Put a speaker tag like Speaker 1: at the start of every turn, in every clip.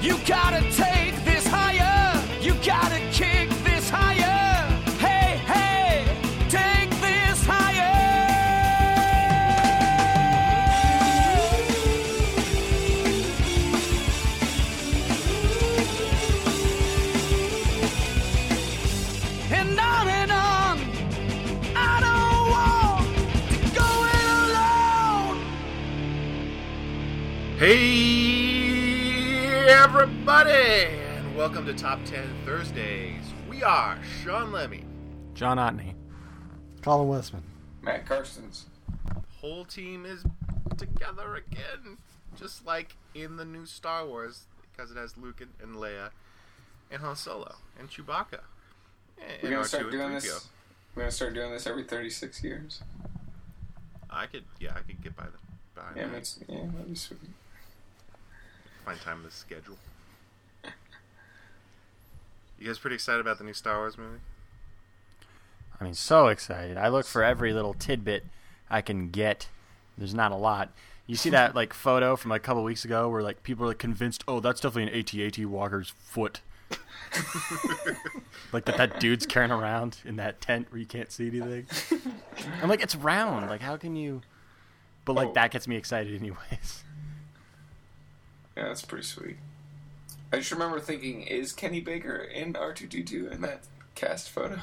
Speaker 1: You gotta take this higher. You gotta kick this higher. Hey, hey, take this higher. And on and on. I don't want to go it alone.
Speaker 2: Hey, everybody, and welcome to Top 10 Thursdays. We are Sean Lemmy,
Speaker 3: John Otney.
Speaker 4: Colin Westman.
Speaker 5: Matt Carstens.
Speaker 2: whole team is together again, just like in the new Star Wars, because it has Luke and, and Leia, and Han Solo, and Chewbacca, and,
Speaker 5: We're
Speaker 2: and
Speaker 5: gonna
Speaker 2: R2
Speaker 5: start
Speaker 2: and
Speaker 5: doing
Speaker 2: 3PO.
Speaker 5: this. We're gonna start doing this every 36 years.
Speaker 2: I could, yeah, I could get by the behind
Speaker 5: Yeah,
Speaker 2: that.
Speaker 5: that's yeah, that'd be sweet.
Speaker 2: Find time in the schedule. You guys pretty excited about the new Star Wars movie?
Speaker 3: I mean, so excited. I look for every little tidbit I can get. There's not a lot. You see that like photo from like, a couple weeks ago where like people are like, convinced, oh, that's definitely an AT-AT walker's foot. like that that dude's carrying around in that tent where you can't see anything. I'm like, it's round. Like, how can you? But like
Speaker 5: Oh.
Speaker 3: that gets me excited, anyways.
Speaker 5: Yeah, that's pretty sweet. I just remember thinking, is Kenny Baker and R2D2 in that cast photo?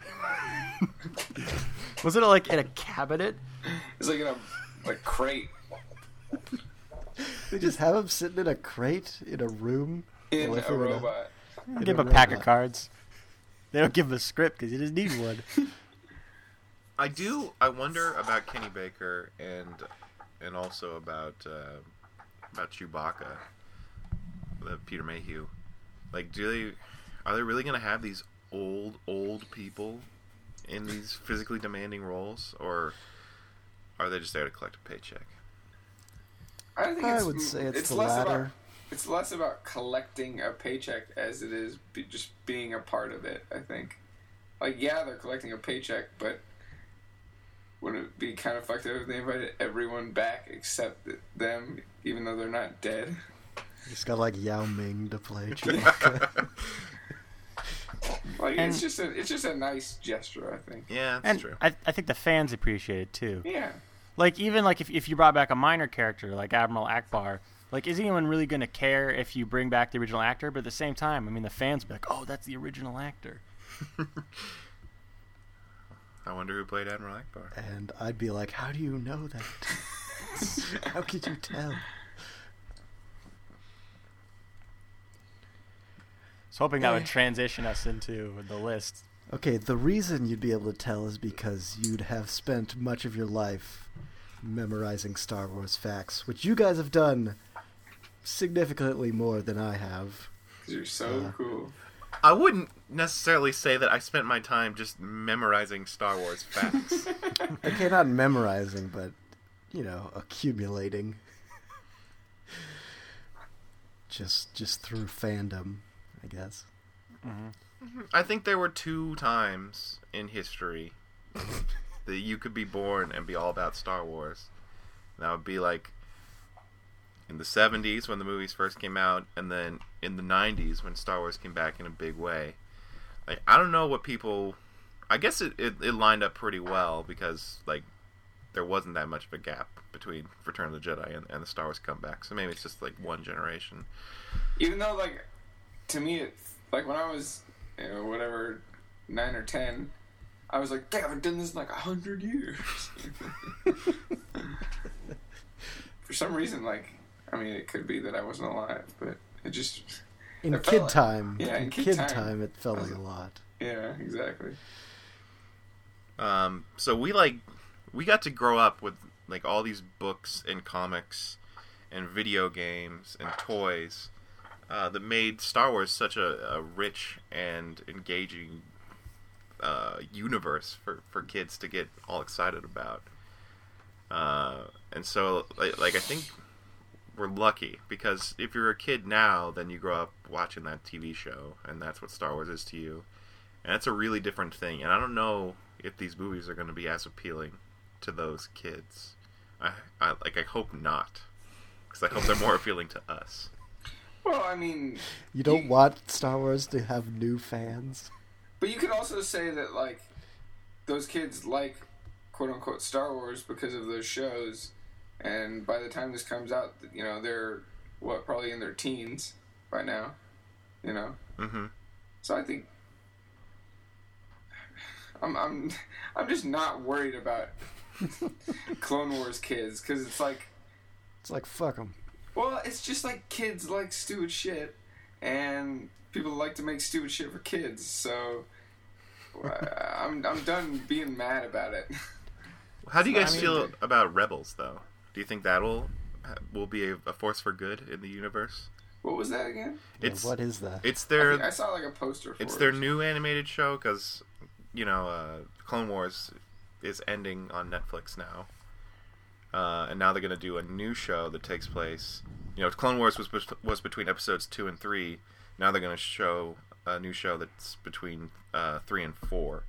Speaker 3: Was it like in a cabinet?
Speaker 5: It's like in a like crate
Speaker 4: They just have him sitting in a crate in a room.
Speaker 5: in
Speaker 4: Away
Speaker 5: a
Speaker 4: from the-
Speaker 5: robot.
Speaker 3: They give him a pack of cards. They don't give him a script because he doesn't need one.
Speaker 2: I do. I wonder about Kenny Baker and and also about uh, about Chewbacca, the Peter Mayhew. Like, do they are they really going to have these old old people in these physically demanding roles, or are they just there to collect a paycheck?
Speaker 5: I think
Speaker 4: I
Speaker 5: it's,
Speaker 4: would say it's, the
Speaker 5: less About,
Speaker 4: latter.
Speaker 5: it's less about collecting a paycheck as it is be, just being a part of it. I think, like, yeah, they're collecting a paycheck, but wouldn't it be kind of fucked up if they invited everyone back except them, even though they're not dead?
Speaker 4: Just got like Yao Ming to play Chewbacca.
Speaker 5: Like,
Speaker 3: And-
Speaker 5: it's just a it's just a nice gesture. I think.
Speaker 2: Yeah, that's
Speaker 3: And
Speaker 2: true.
Speaker 3: I, I think the fans appreciate it too.
Speaker 5: Yeah.
Speaker 3: Like even like if, if you brought back a minor character like Admiral Akbar, like is anyone really gonna care if you bring back the original actor? But at the same time, I mean the fans be like, oh, that's the original actor.
Speaker 2: I wonder who played Admiral Akbar.
Speaker 4: and I'd be like, how do you know that? how could you tell?
Speaker 3: So hoping that would transition us into the list.
Speaker 4: Okay, the reason you'd be able to tell is because you'd have spent much of your life memorizing Star Wars facts, which you guys have done significantly more than I have.
Speaker 5: 'Cause You're so cool.
Speaker 2: I wouldn't necessarily say that I spent my time just memorizing Star Wars facts.
Speaker 4: Okay, not memorizing, but you know, accumulating. just just through fandom, I guess.
Speaker 2: I think there were two times in history that you could be born and be all about Star Wars. And that would be like in the 70s when the movies first came out, and then in the 90s when Star Wars came back in a big way. Like, I don't know what people. I guess it, it, it lined up pretty well because, like, there wasn't that much of a gap between Return of the Jedi and, and the Star Wars comeback. So maybe it's just, like, one generation.
Speaker 5: even though like to me it like when i was you know, whatever nine or ten i was like they haven't done this in like a hundred years for some reason like i mean it could be that i wasn't alive but it just
Speaker 4: In
Speaker 5: It felt
Speaker 4: kid
Speaker 5: like-
Speaker 4: time,
Speaker 5: yeah,
Speaker 4: in, kid, time, it felt like a lot.
Speaker 5: yeah exactly
Speaker 2: Um, so we like we got to grow up with like all these books and comics and video games and toys uh, that made Star Wars such a, a rich and engaging uh, universe for, for kids to get all excited about. Uh, and so like, like I think we're lucky because if you're a kid now, then you grow up watching that TV show, and that's what Star Wars is to you. And that's a really different thing. And I don't know if these movies are going to be as appealing to those kids. I, I like. I hope not, because I hope they're more appealing to us.
Speaker 5: Well, I mean,
Speaker 4: You don't want Star Wars to have new fans.
Speaker 5: But you could also say that like those kids like quote unquote Star Wars because of those shows, and by the time this comes out, you know they're what probably in their teens by now, you know.
Speaker 2: Mm-hmm.
Speaker 5: So I think I'm I'm I'm just not worried about Clone Wars kids because it's like
Speaker 4: It's like fuck them.
Speaker 5: well, it's just like kids like stupid shit, and people like to make stupid shit for kids. So uh, I'm I'm done being mad about it.
Speaker 2: How do you
Speaker 5: I
Speaker 2: guys
Speaker 5: mean-
Speaker 2: feel about Rebels, though? Do you think that'll will be a, a force for good in the universe?
Speaker 5: What was that again?
Speaker 2: It's
Speaker 4: what is that?
Speaker 2: it's
Speaker 5: I,
Speaker 2: their
Speaker 5: think I saw like a poster. For
Speaker 2: it's
Speaker 5: it.
Speaker 2: their new animated show because you know uh, Clone Wars is ending on Netflix now, uh, and now they're gonna do a new show that takes place. You know, Clone Wars was bet- was between episodes two and three. Now they're gonna show a new show that's between uh, three and four.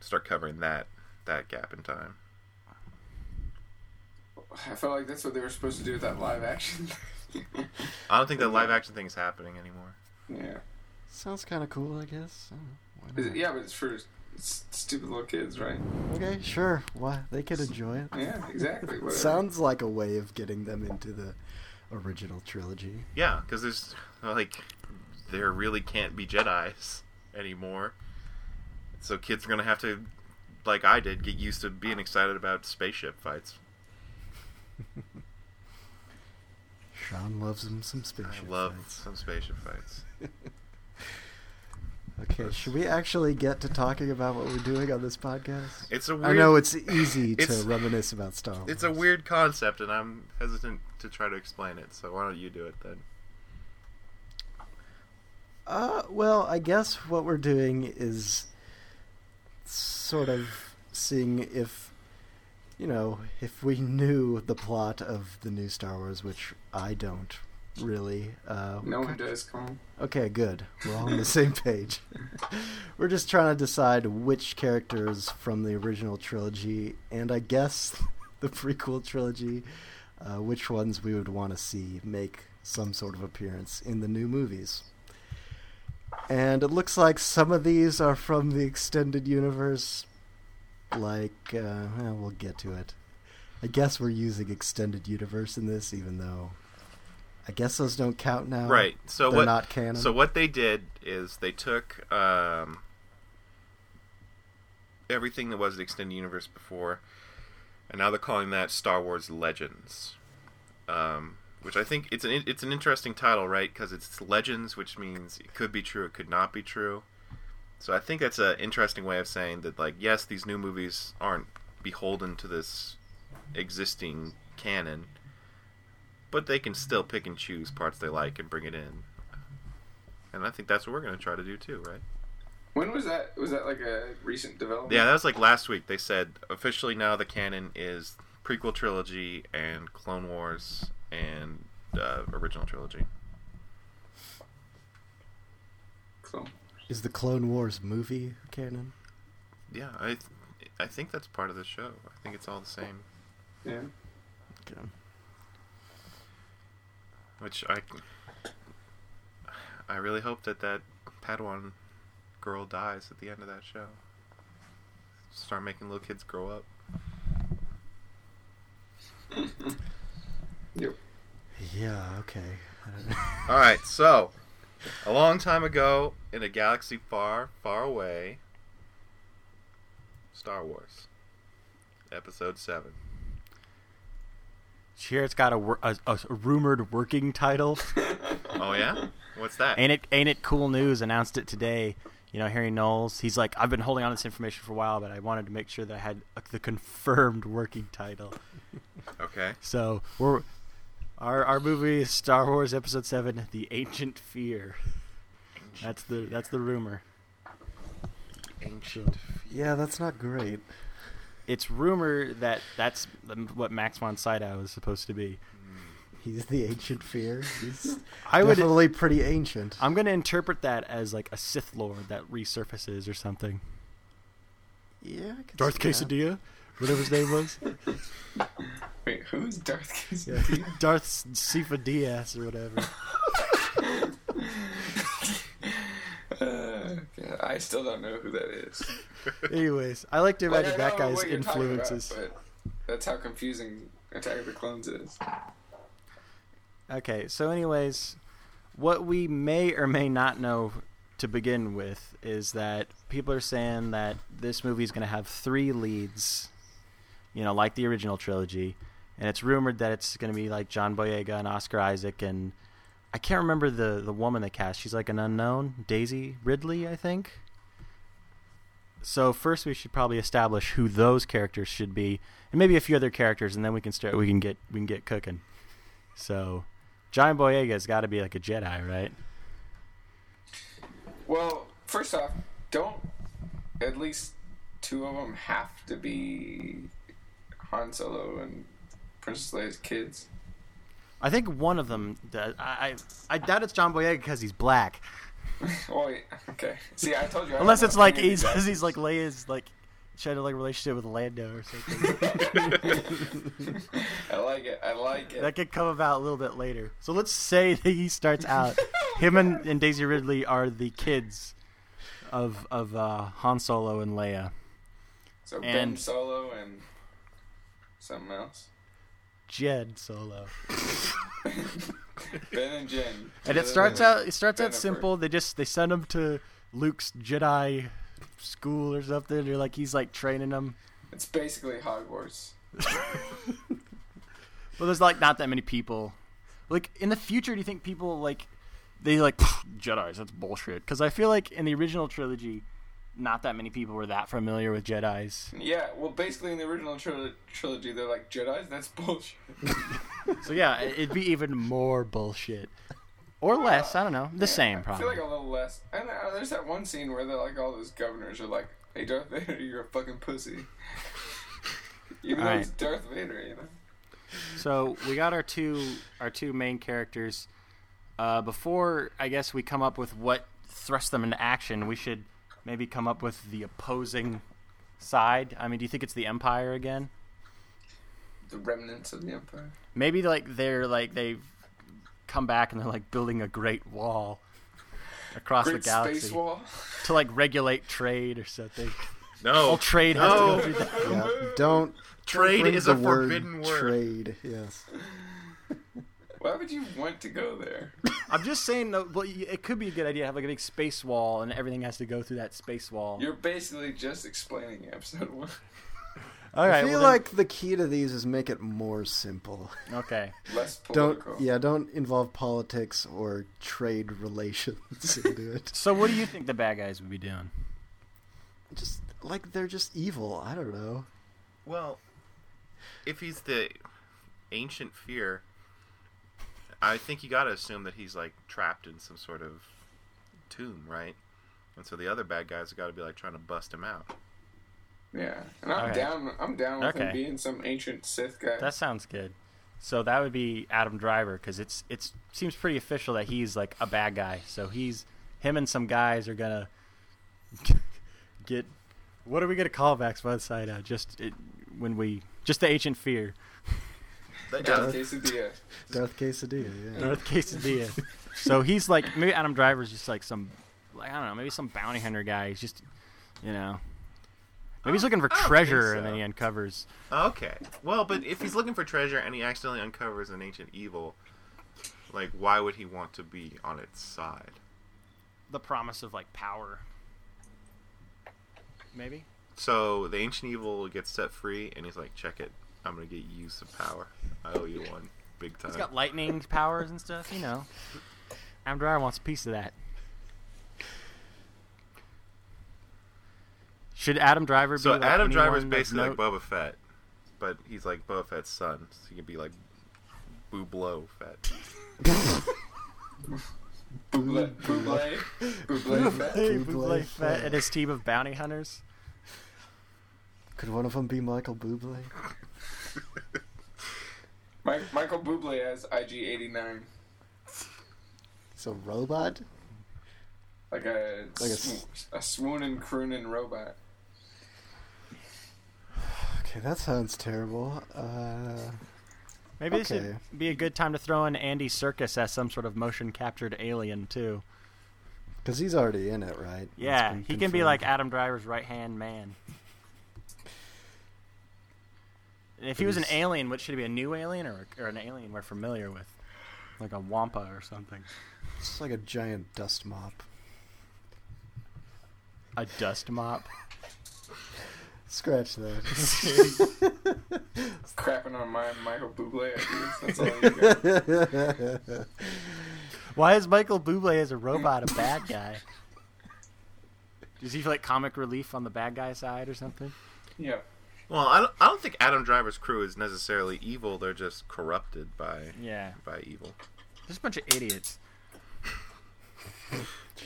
Speaker 2: Start covering that that gap in time.
Speaker 5: I felt like that's what they were supposed to do with that live action.
Speaker 2: I don't think the live action thing is happening anymore.
Speaker 5: yeah.
Speaker 4: Sounds kind of cool, I guess. I don't know.
Speaker 5: Is
Speaker 4: Why
Speaker 5: it- yeah, but it's for s- stupid little kids, right?
Speaker 4: not? Okay, sure. Why they could enjoy it.
Speaker 5: Yeah, exactly. whatever.
Speaker 4: Sounds like a way of getting them into the original trilogy.
Speaker 2: Yeah, because there's like there really can't be Jedi's anymore, so kids are gonna have to, like I did, get used to being excited about spaceship fights.
Speaker 4: Sean loves him some
Speaker 2: I
Speaker 4: spaceship.
Speaker 2: love
Speaker 4: fights.
Speaker 2: some spaceship fights.
Speaker 4: Okay, should we actually get to talking about what we're doing on this podcast?
Speaker 2: It's a weird.
Speaker 4: I know it's easy to
Speaker 2: It's-
Speaker 4: reminisce about Star Wars.
Speaker 2: it's a weird concept, and I'm hesitant to try to explain it. So why don't you do it then?
Speaker 4: Uh, well, I guess what we're doing is sort of seeing if, you know, if we knew the plot of the new Star Wars, which I don't really. Uh,
Speaker 5: No one does. Come on.
Speaker 4: Okay, good. We're all on the same page. We're just trying to decide which characters from the original trilogy and I guess the prequel trilogy, uh, which ones we would want to see make some sort of appearance in the new movies. And it looks like some of these are from the extended universe. Like, uh, eh, we'll get to it. I guess we're using extended universe in this, even though I guess those don't count now.
Speaker 2: right. So
Speaker 4: they're
Speaker 2: what?
Speaker 4: not canon.
Speaker 2: So what they did is they took um, everything that was the extended universe before, and now they're calling that Star Wars Legends, um, which I think it's an it's an interesting title, right? Because it's Legends, which means it could be true, it could not be true. So I think that's an interesting way of saying that, like, yes, these new movies aren't beholden to this existing canon, but they can still pick and choose parts they like and bring it in. And I think that's what we're going to try to do too, right?
Speaker 5: When was that? Was that like a recent development?
Speaker 2: Yeah, that was like last week. They said officially now the canon is prequel trilogy and Clone Wars and uh, original trilogy.
Speaker 5: Cool.
Speaker 4: Is the Clone Wars movie canon?
Speaker 2: Yeah, I th- I think that's part of the show. I think it's all the same.
Speaker 5: Yeah.
Speaker 4: Okay.
Speaker 2: Which I I really hope that that Padawan girl dies at the end of that show. Start making little kids grow up.
Speaker 5: Yep.
Speaker 4: Yeah, okay. I don't know.
Speaker 2: All right, so a long time ago in a galaxy far, far away, Star Wars, Episode Seven.
Speaker 3: Sure, it's got a, wor- a, a rumored working title.
Speaker 2: Oh yeah, what's that?
Speaker 3: Ain't it? Ain't it cool news? Announced it today. You know, Harry Knowles. He's like, I've been holding on to this information for a while, but I wanted to make sure that I had uh, the confirmed working title.
Speaker 2: okay,
Speaker 3: So we're our our movie is Star Wars Episode Seven: The Ancient Fear. That's the that's the rumor.
Speaker 2: ancient.
Speaker 4: Yeah, that's not great.
Speaker 3: It's rumor that that's what Max von Sydow is supposed to be.
Speaker 4: He's the ancient fear. He's
Speaker 3: I would.
Speaker 4: definitely pretty ancient.
Speaker 3: I'm gonna interpret that as like a Sith Lord that resurfaces or something.
Speaker 4: yeah, I could
Speaker 3: Darth
Speaker 4: see that.
Speaker 3: Quesadilla, whatever his name was.
Speaker 5: Wait, who's Darth Cassidy?
Speaker 4: Yeah.
Speaker 3: Darth Sifa Diaz or whatever.
Speaker 5: I still don't know who that is.
Speaker 4: Anyways, I like to
Speaker 5: Like,
Speaker 4: imagine
Speaker 5: I know
Speaker 4: that guy's
Speaker 5: what you're talking about,
Speaker 4: influences.
Speaker 5: but that's how confusing Attack of the Clones is.
Speaker 3: Okay, so anyways, what we may or may not know to begin with is that people are saying that this movie is going to have three leads, you know, like the original trilogy, and it's rumored that it's going to be like John Boyega and Oscar Isaac and I can't remember the the woman they cast. She's like an unknown, Daisy Ridley, I think. So first we should probably establish who those characters should be and maybe a few other characters and then we can start we can get we can get cooking. So, John Boyega's got to be like a Jedi, right?
Speaker 5: Well, first off, don't at least two of them have to be Han Solo and Princess Leia's kids?
Speaker 3: I think one of them. Does, I, I I doubt it's John Boyega because he's black,
Speaker 5: Oh, yeah. okay. See, I told you. I
Speaker 3: unless
Speaker 5: don't
Speaker 3: it's
Speaker 5: know
Speaker 3: like
Speaker 5: any of
Speaker 3: he's
Speaker 5: these
Speaker 3: he's like Leia's like she had a like relationship with Lando or something.
Speaker 5: actors. I like it. I like it.
Speaker 3: that could come about a little bit later. So let's say that he starts out. Him and, and Daisy Ridley are the kids of of uh, Han Solo and Leia.
Speaker 5: so Ben
Speaker 3: and-
Speaker 5: Solo and something else.
Speaker 3: Jed Solo.
Speaker 5: Ben and Jen.
Speaker 3: And it starts out. It starts out
Speaker 5: Jennifer.
Speaker 3: simple. They just they send him to Luke's Jedi school or something. Or like he's like training them.
Speaker 5: It's basically Hogwarts.
Speaker 3: Well, there's like not that many people. Like in the future, do you think people like they like "Pfft, Jedi's? That's bullshit. Because I feel like in the original trilogy, not that many people were that familiar with Jedi's.
Speaker 5: Yeah, well, basically in the original tril- trilogy, they're like Jedi's. That's bullshit.
Speaker 3: So yeah, it- it'd be even more bullshit, or less. I don't know. The same
Speaker 5: I feel
Speaker 3: probably.
Speaker 5: like a little less. And uh, there's that one scene where they're like all those governors are like, "Hey, Darth Vader, you're a fucking pussy." Even though
Speaker 3: Alright.
Speaker 5: it's Darth Vader, you know.
Speaker 3: So we got our two our two main characters. Uh, before I guess we come up with what thrusts them into action, we should maybe come up with the opposing side. I mean, do you think it's the Empire again?
Speaker 5: The remnants of the Empire.
Speaker 3: Maybe like they're like they've come back and they're like building a great wall across
Speaker 5: Great
Speaker 3: the galaxy
Speaker 5: space wall.
Speaker 3: to like regulate trade or something.
Speaker 2: No,
Speaker 3: All trade has
Speaker 2: No.
Speaker 3: to go through that.
Speaker 4: Yeah, don't
Speaker 2: trade
Speaker 4: bring
Speaker 2: is
Speaker 4: the
Speaker 2: a forbidden word.
Speaker 4: Trade, yes.
Speaker 5: Why would you want to go there?
Speaker 3: I'm just saying though, well, y- it could be a good idea to have like a big space wall and everything has to go through that space wall.
Speaker 5: You're basically just explaining episode one.
Speaker 3: All
Speaker 4: I
Speaker 3: right,
Speaker 4: feel
Speaker 3: well then-
Speaker 4: like the key to these is make it more simple.
Speaker 3: okay.
Speaker 5: Less
Speaker 4: Don't
Speaker 5: political.
Speaker 4: yeah, don't involve politics or trade relations into it.
Speaker 3: So what do you think the bad guys would be doing?
Speaker 4: just like they're just evil. I don't know.
Speaker 2: Well, if he's the ancient fear, I think you got to assume that he's like trapped in some sort of tomb, right? And so the other bad guys have got to be like trying to bust him out.
Speaker 5: Yeah, and I'm
Speaker 3: Alright.
Speaker 5: down. I'm down with him
Speaker 3: Okay.
Speaker 5: being some ancient Sith guy.
Speaker 3: That sounds good. So that would be Adam Driver because it's it's seems pretty official that he's like a bad guy. So he's him and some guys are gonna get what are we gonna call Vax by the side out? Just it, when we just the ancient fear,
Speaker 2: But,
Speaker 5: John
Speaker 2: uh,
Speaker 5: Quesadilla.
Speaker 4: Darth Quesadilla. Yeah.
Speaker 3: North Quesadilla. so he's like maybe Adam Driver's just like some like I don't know maybe some bounty hunter guy. He's just you know maybe he's looking for
Speaker 2: I don't think
Speaker 3: treasure and
Speaker 2: so.
Speaker 3: then he uncovers.
Speaker 2: okay. Well, but if he's looking for treasure and he accidentally uncovers an ancient evil, like why would he want to be on its side?
Speaker 3: the promise of like power. Maybe.
Speaker 2: So the ancient evil gets set free, and he's like, "Check it, I'm gonna get you some power. I owe you one, big time."
Speaker 3: He's got lightning powers and stuff, you know. Adam Driver wants a piece of that. Should Adam Driver be
Speaker 2: So
Speaker 3: like
Speaker 2: Adam Driver's
Speaker 3: anyone of
Speaker 2: basically like
Speaker 3: note?
Speaker 2: Boba Fett, but he's like Boba Fett's son, so he can be like Boo Blow Fett.
Speaker 5: Buble. Buble. Buble.
Speaker 3: Hey,
Speaker 4: Boobly
Speaker 3: Buble
Speaker 4: Fett.
Speaker 3: Fett and his team of bounty hunters.
Speaker 4: Could one of them be Michael Bublé?
Speaker 5: Mike, Michael Buble as IG89.
Speaker 4: He's a robot.
Speaker 5: Like a
Speaker 4: Like a
Speaker 5: sw- a, swooning, crooning robot.
Speaker 4: Okay, that sounds terrible. Uh,
Speaker 3: Maybe this
Speaker 4: Okay.
Speaker 3: should be a good time to throw in Andy Circus as some sort of motion captured alien too.
Speaker 4: Because he's already in it, right? It's
Speaker 3: Yeah,
Speaker 4: been
Speaker 3: he can be
Speaker 4: confirmed.
Speaker 3: like Adam Driver's right hand man. And if he was an
Speaker 4: He's-
Speaker 3: alien, what should he be? A new alien or, or an alien we're familiar with? Like a Wampa or something.
Speaker 4: It's like a giant dust mop.
Speaker 3: A dust mop.
Speaker 4: Scratch that.
Speaker 5: Crapping on my Michael Bublé ideas. That's all you got.
Speaker 3: Why is Michael Bublé as a robot a bad guy? Does he feel like comic relief on the bad guy side or something?
Speaker 5: Yeah.
Speaker 2: Well, I don't, I don't think Adam Driver's crew is necessarily evil. They're just corrupted by
Speaker 3: Yeah,
Speaker 2: by evil.
Speaker 3: just a bunch of idiots.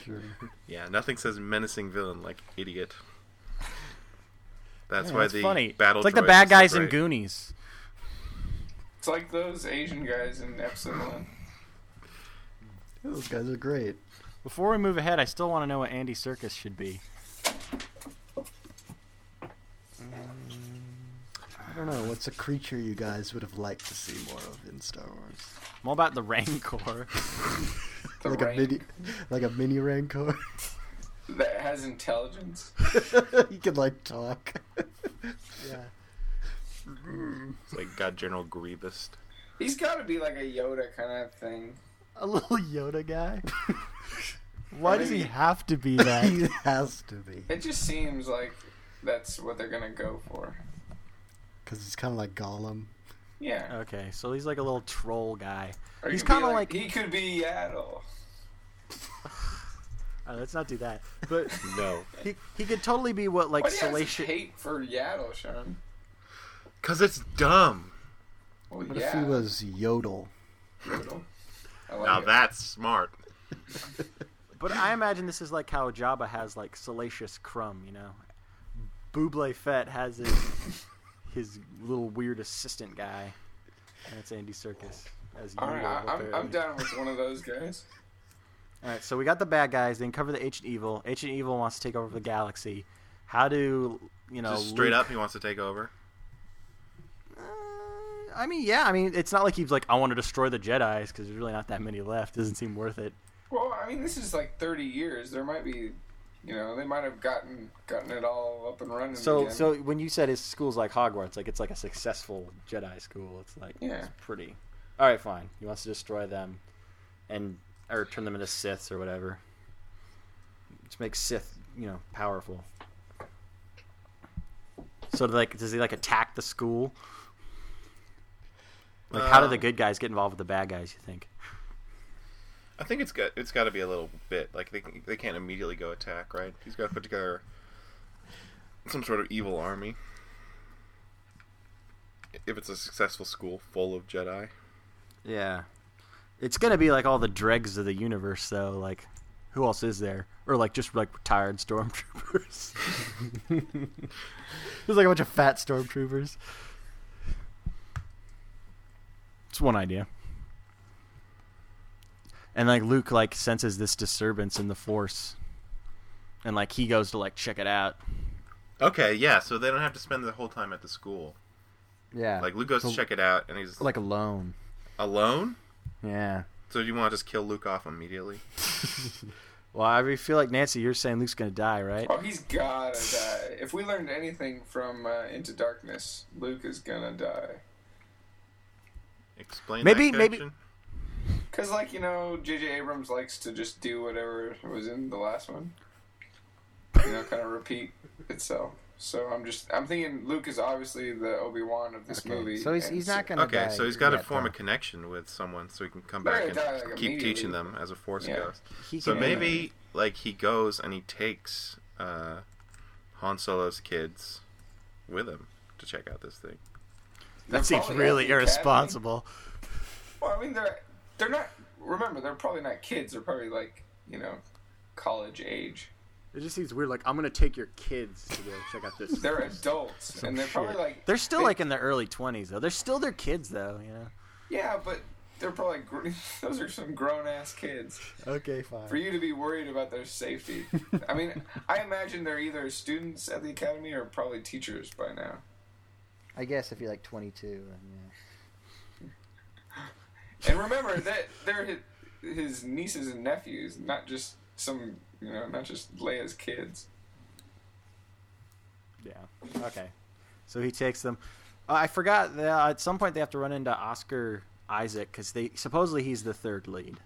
Speaker 4: Sure.
Speaker 2: Yeah, nothing says menacing villain like idiot. That's
Speaker 3: Yeah,
Speaker 2: why
Speaker 3: that's
Speaker 2: the
Speaker 3: funny.
Speaker 2: battle.
Speaker 3: It's like the
Speaker 2: droids
Speaker 3: bad
Speaker 2: are so
Speaker 3: guys in
Speaker 2: great.
Speaker 3: Goonies.
Speaker 5: It's like those Asian guys in episode one.
Speaker 4: Those guys are great.
Speaker 3: Before we move ahead, I still want to know what Andy Circus should be.
Speaker 4: I don't know. What's a creature you guys would have liked to see more of in Star Wars?
Speaker 3: I'm all about the Rancor.
Speaker 5: The
Speaker 4: like
Speaker 5: rank
Speaker 4: a mini, like a mini rancor.
Speaker 5: that has intelligence.
Speaker 4: he can like talk. yeah.
Speaker 2: It's like God General Grievous.
Speaker 5: He's got to be like a Yoda kind of thing.
Speaker 4: A little Yoda guy.
Speaker 3: Why does he have to be
Speaker 4: he
Speaker 3: that?
Speaker 4: has to be
Speaker 5: It just seems like that's what they're gonna go for.
Speaker 4: because he's kind of like Gollum.
Speaker 5: Yeah.
Speaker 3: okay, so he's like a little troll guy.
Speaker 5: Or he
Speaker 3: He's
Speaker 5: could be
Speaker 3: kinda like-
Speaker 5: he could be Yaddle.
Speaker 3: All right, Uh, let's not do that. But
Speaker 2: No,
Speaker 3: he, he could totally be what like
Speaker 5: Why do you have such
Speaker 3: salacious.
Speaker 5: hate for Yaddle, Sean?
Speaker 2: because it's dumb.
Speaker 5: Well,
Speaker 4: What if
Speaker 5: yeah.
Speaker 4: he was Yodel?
Speaker 5: Yaddle. I like
Speaker 2: Now
Speaker 5: it.
Speaker 2: that's smart.
Speaker 3: But I imagine this is like how Jabba has like salacious crumb, you know. Buble Fett has his his little weird assistant guy. And that's Andy Circus as
Speaker 5: All right,
Speaker 3: Yoda,
Speaker 5: I, I'm, I'm
Speaker 3: apparently.
Speaker 5: down with one of those guys.
Speaker 3: All right, so we got the bad guys. They uncover the ancient evil. Ancient evil wants to take over the galaxy. How do you know?
Speaker 2: Just straight
Speaker 3: Luke-
Speaker 2: up, he wants to take over.
Speaker 3: Uh, I mean, yeah. I mean, it's not like he's like, I want to destroy the Jedi's because there's really not that many left. Doesn't seem worth it.
Speaker 5: Well, I mean, this is like 30 years. There might be, you know, they might have gotten gotten it all up and running.
Speaker 3: So,
Speaker 5: again.
Speaker 3: so when you said his school's like Hogwarts, like it's like a successful Jedi school. It's like
Speaker 5: Yeah.
Speaker 3: it's pretty. All right, fine. He wants to destroy them, and or turn them into Siths or whatever. Just make Sith, you know, powerful. So like, does he like attack the school? Like, how do
Speaker 2: Um,
Speaker 3: the good guys get involved with the bad guys? You think?
Speaker 2: I think it's got it's got to be a little bit like they can- they can't immediately go attack, right? He's got to put together some sort of evil army. If it's a successful school full of Jedi,
Speaker 3: Yeah. It's gonna be like all the dregs of the universe though, like who else is there? Or like just like retired stormtroopers. There's like a bunch of fat stormtroopers. It's one idea. And like Luke like senses this disturbance in the force. And like he goes to like check it out.
Speaker 2: okay, yeah. So they don't have to spend the whole time at the school.
Speaker 3: Yeah.
Speaker 2: Like Luke goes to check it out, and he's
Speaker 3: like alone.
Speaker 2: alone.
Speaker 3: Yeah.
Speaker 2: So do you want to just kill Luke off immediately?
Speaker 3: Well, I feel like Nancy, you're saying Luke's gonna die, right?
Speaker 5: Oh, he's gotta die. If we learned anything from uh, Into Darkness, Luke is gonna die.
Speaker 2: Explain.
Speaker 3: Maybe-
Speaker 2: that
Speaker 3: maybe-
Speaker 2: connection?
Speaker 5: Cause like you know, J.J. Abrams likes to just do whatever was in the last one. You know, kind of repeat itself. So I'm just I'm thinking Luke is obviously the Obi Wan of this movie.
Speaker 6: So he's,
Speaker 5: and
Speaker 6: he's not gonna.
Speaker 2: Okay,
Speaker 6: die
Speaker 2: so he's got to
Speaker 6: yet,
Speaker 2: form a
Speaker 6: though.
Speaker 2: connection with someone, so he can come
Speaker 5: They're
Speaker 2: back
Speaker 5: gonna
Speaker 2: and
Speaker 5: die, like,
Speaker 2: keep teaching
Speaker 5: immediately.
Speaker 2: them as a Force
Speaker 5: Yeah.
Speaker 2: ghost.
Speaker 3: He
Speaker 2: So
Speaker 3: can-
Speaker 2: maybe like he goes and he takes uh, Han Solo's kids with him to check out this thing.
Speaker 5: They're
Speaker 3: That seems
Speaker 5: probably at
Speaker 3: really
Speaker 5: the academy.
Speaker 3: irresponsible.
Speaker 5: Well, I mean they're they're not. Remember, they're probably not kids. They're probably like you know, college age.
Speaker 3: It just seems weird. Like I'm gonna take your kids to go check out this.
Speaker 5: They're adults, and they're probably like
Speaker 3: They're still
Speaker 5: they-
Speaker 3: like in their early 20s though. They're still their kids though. You know.
Speaker 5: yeah, but they're probably gr- those are some grown ass kids.
Speaker 4: Okay,
Speaker 5: for
Speaker 4: fine.
Speaker 5: you to be worried about their safety. I mean, I imagine they're either students at the academy or probably teachers by now.
Speaker 6: I guess if you're like 22, then yeah.
Speaker 5: And remember that they're his, his nieces and nephews, not just some, you know, not just Leia's kids.
Speaker 3: Yeah. Okay. So he takes them. Uh, I forgot that at some point they have to run into Oscar Isaac because they supposedly he's the third lead.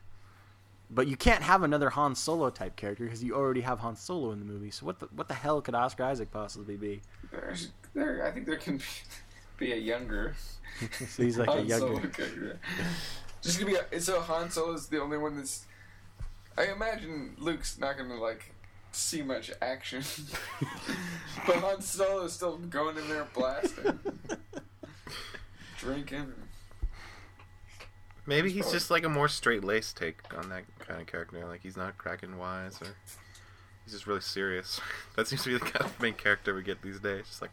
Speaker 3: But you can't have another Han Solo type character because you already have Han Solo in the movie. So what the what the hell could Oscar Isaac possibly be?
Speaker 5: There's, there, I think there can be, be a younger
Speaker 3: So he's like a
Speaker 5: Han Solo
Speaker 3: younger.
Speaker 5: character. Just gonna be a, so Han Solo's the only one that's. I imagine Luke's not gonna like see much action, but Han Solo's still going in there blasting, drinking.
Speaker 2: Maybe he's just like a more straight laced take on that kind of character. Like he's not cracking wise or he's just really serious. That seems to be the kind of main character we get these days. Just like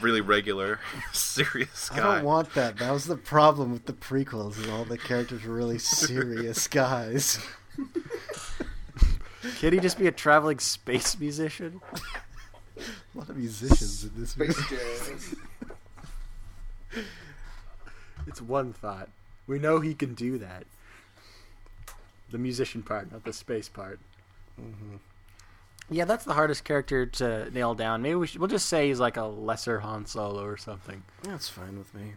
Speaker 2: really regular, serious
Speaker 4: I
Speaker 2: guy.
Speaker 4: don't want that. That was the problem with the prequels, is all the characters were really serious guys.
Speaker 3: Could he just be a traveling space musician?
Speaker 4: A lot of musicians in this movie.
Speaker 5: Space jazz.
Speaker 3: It's one thought. We know he can do that. The musician part, not the space part. Mm-hmm. Yeah, that's the hardest character to nail down. Maybe we should, we'll just say he's like a lesser Han Solo or something.
Speaker 4: That's fine with me.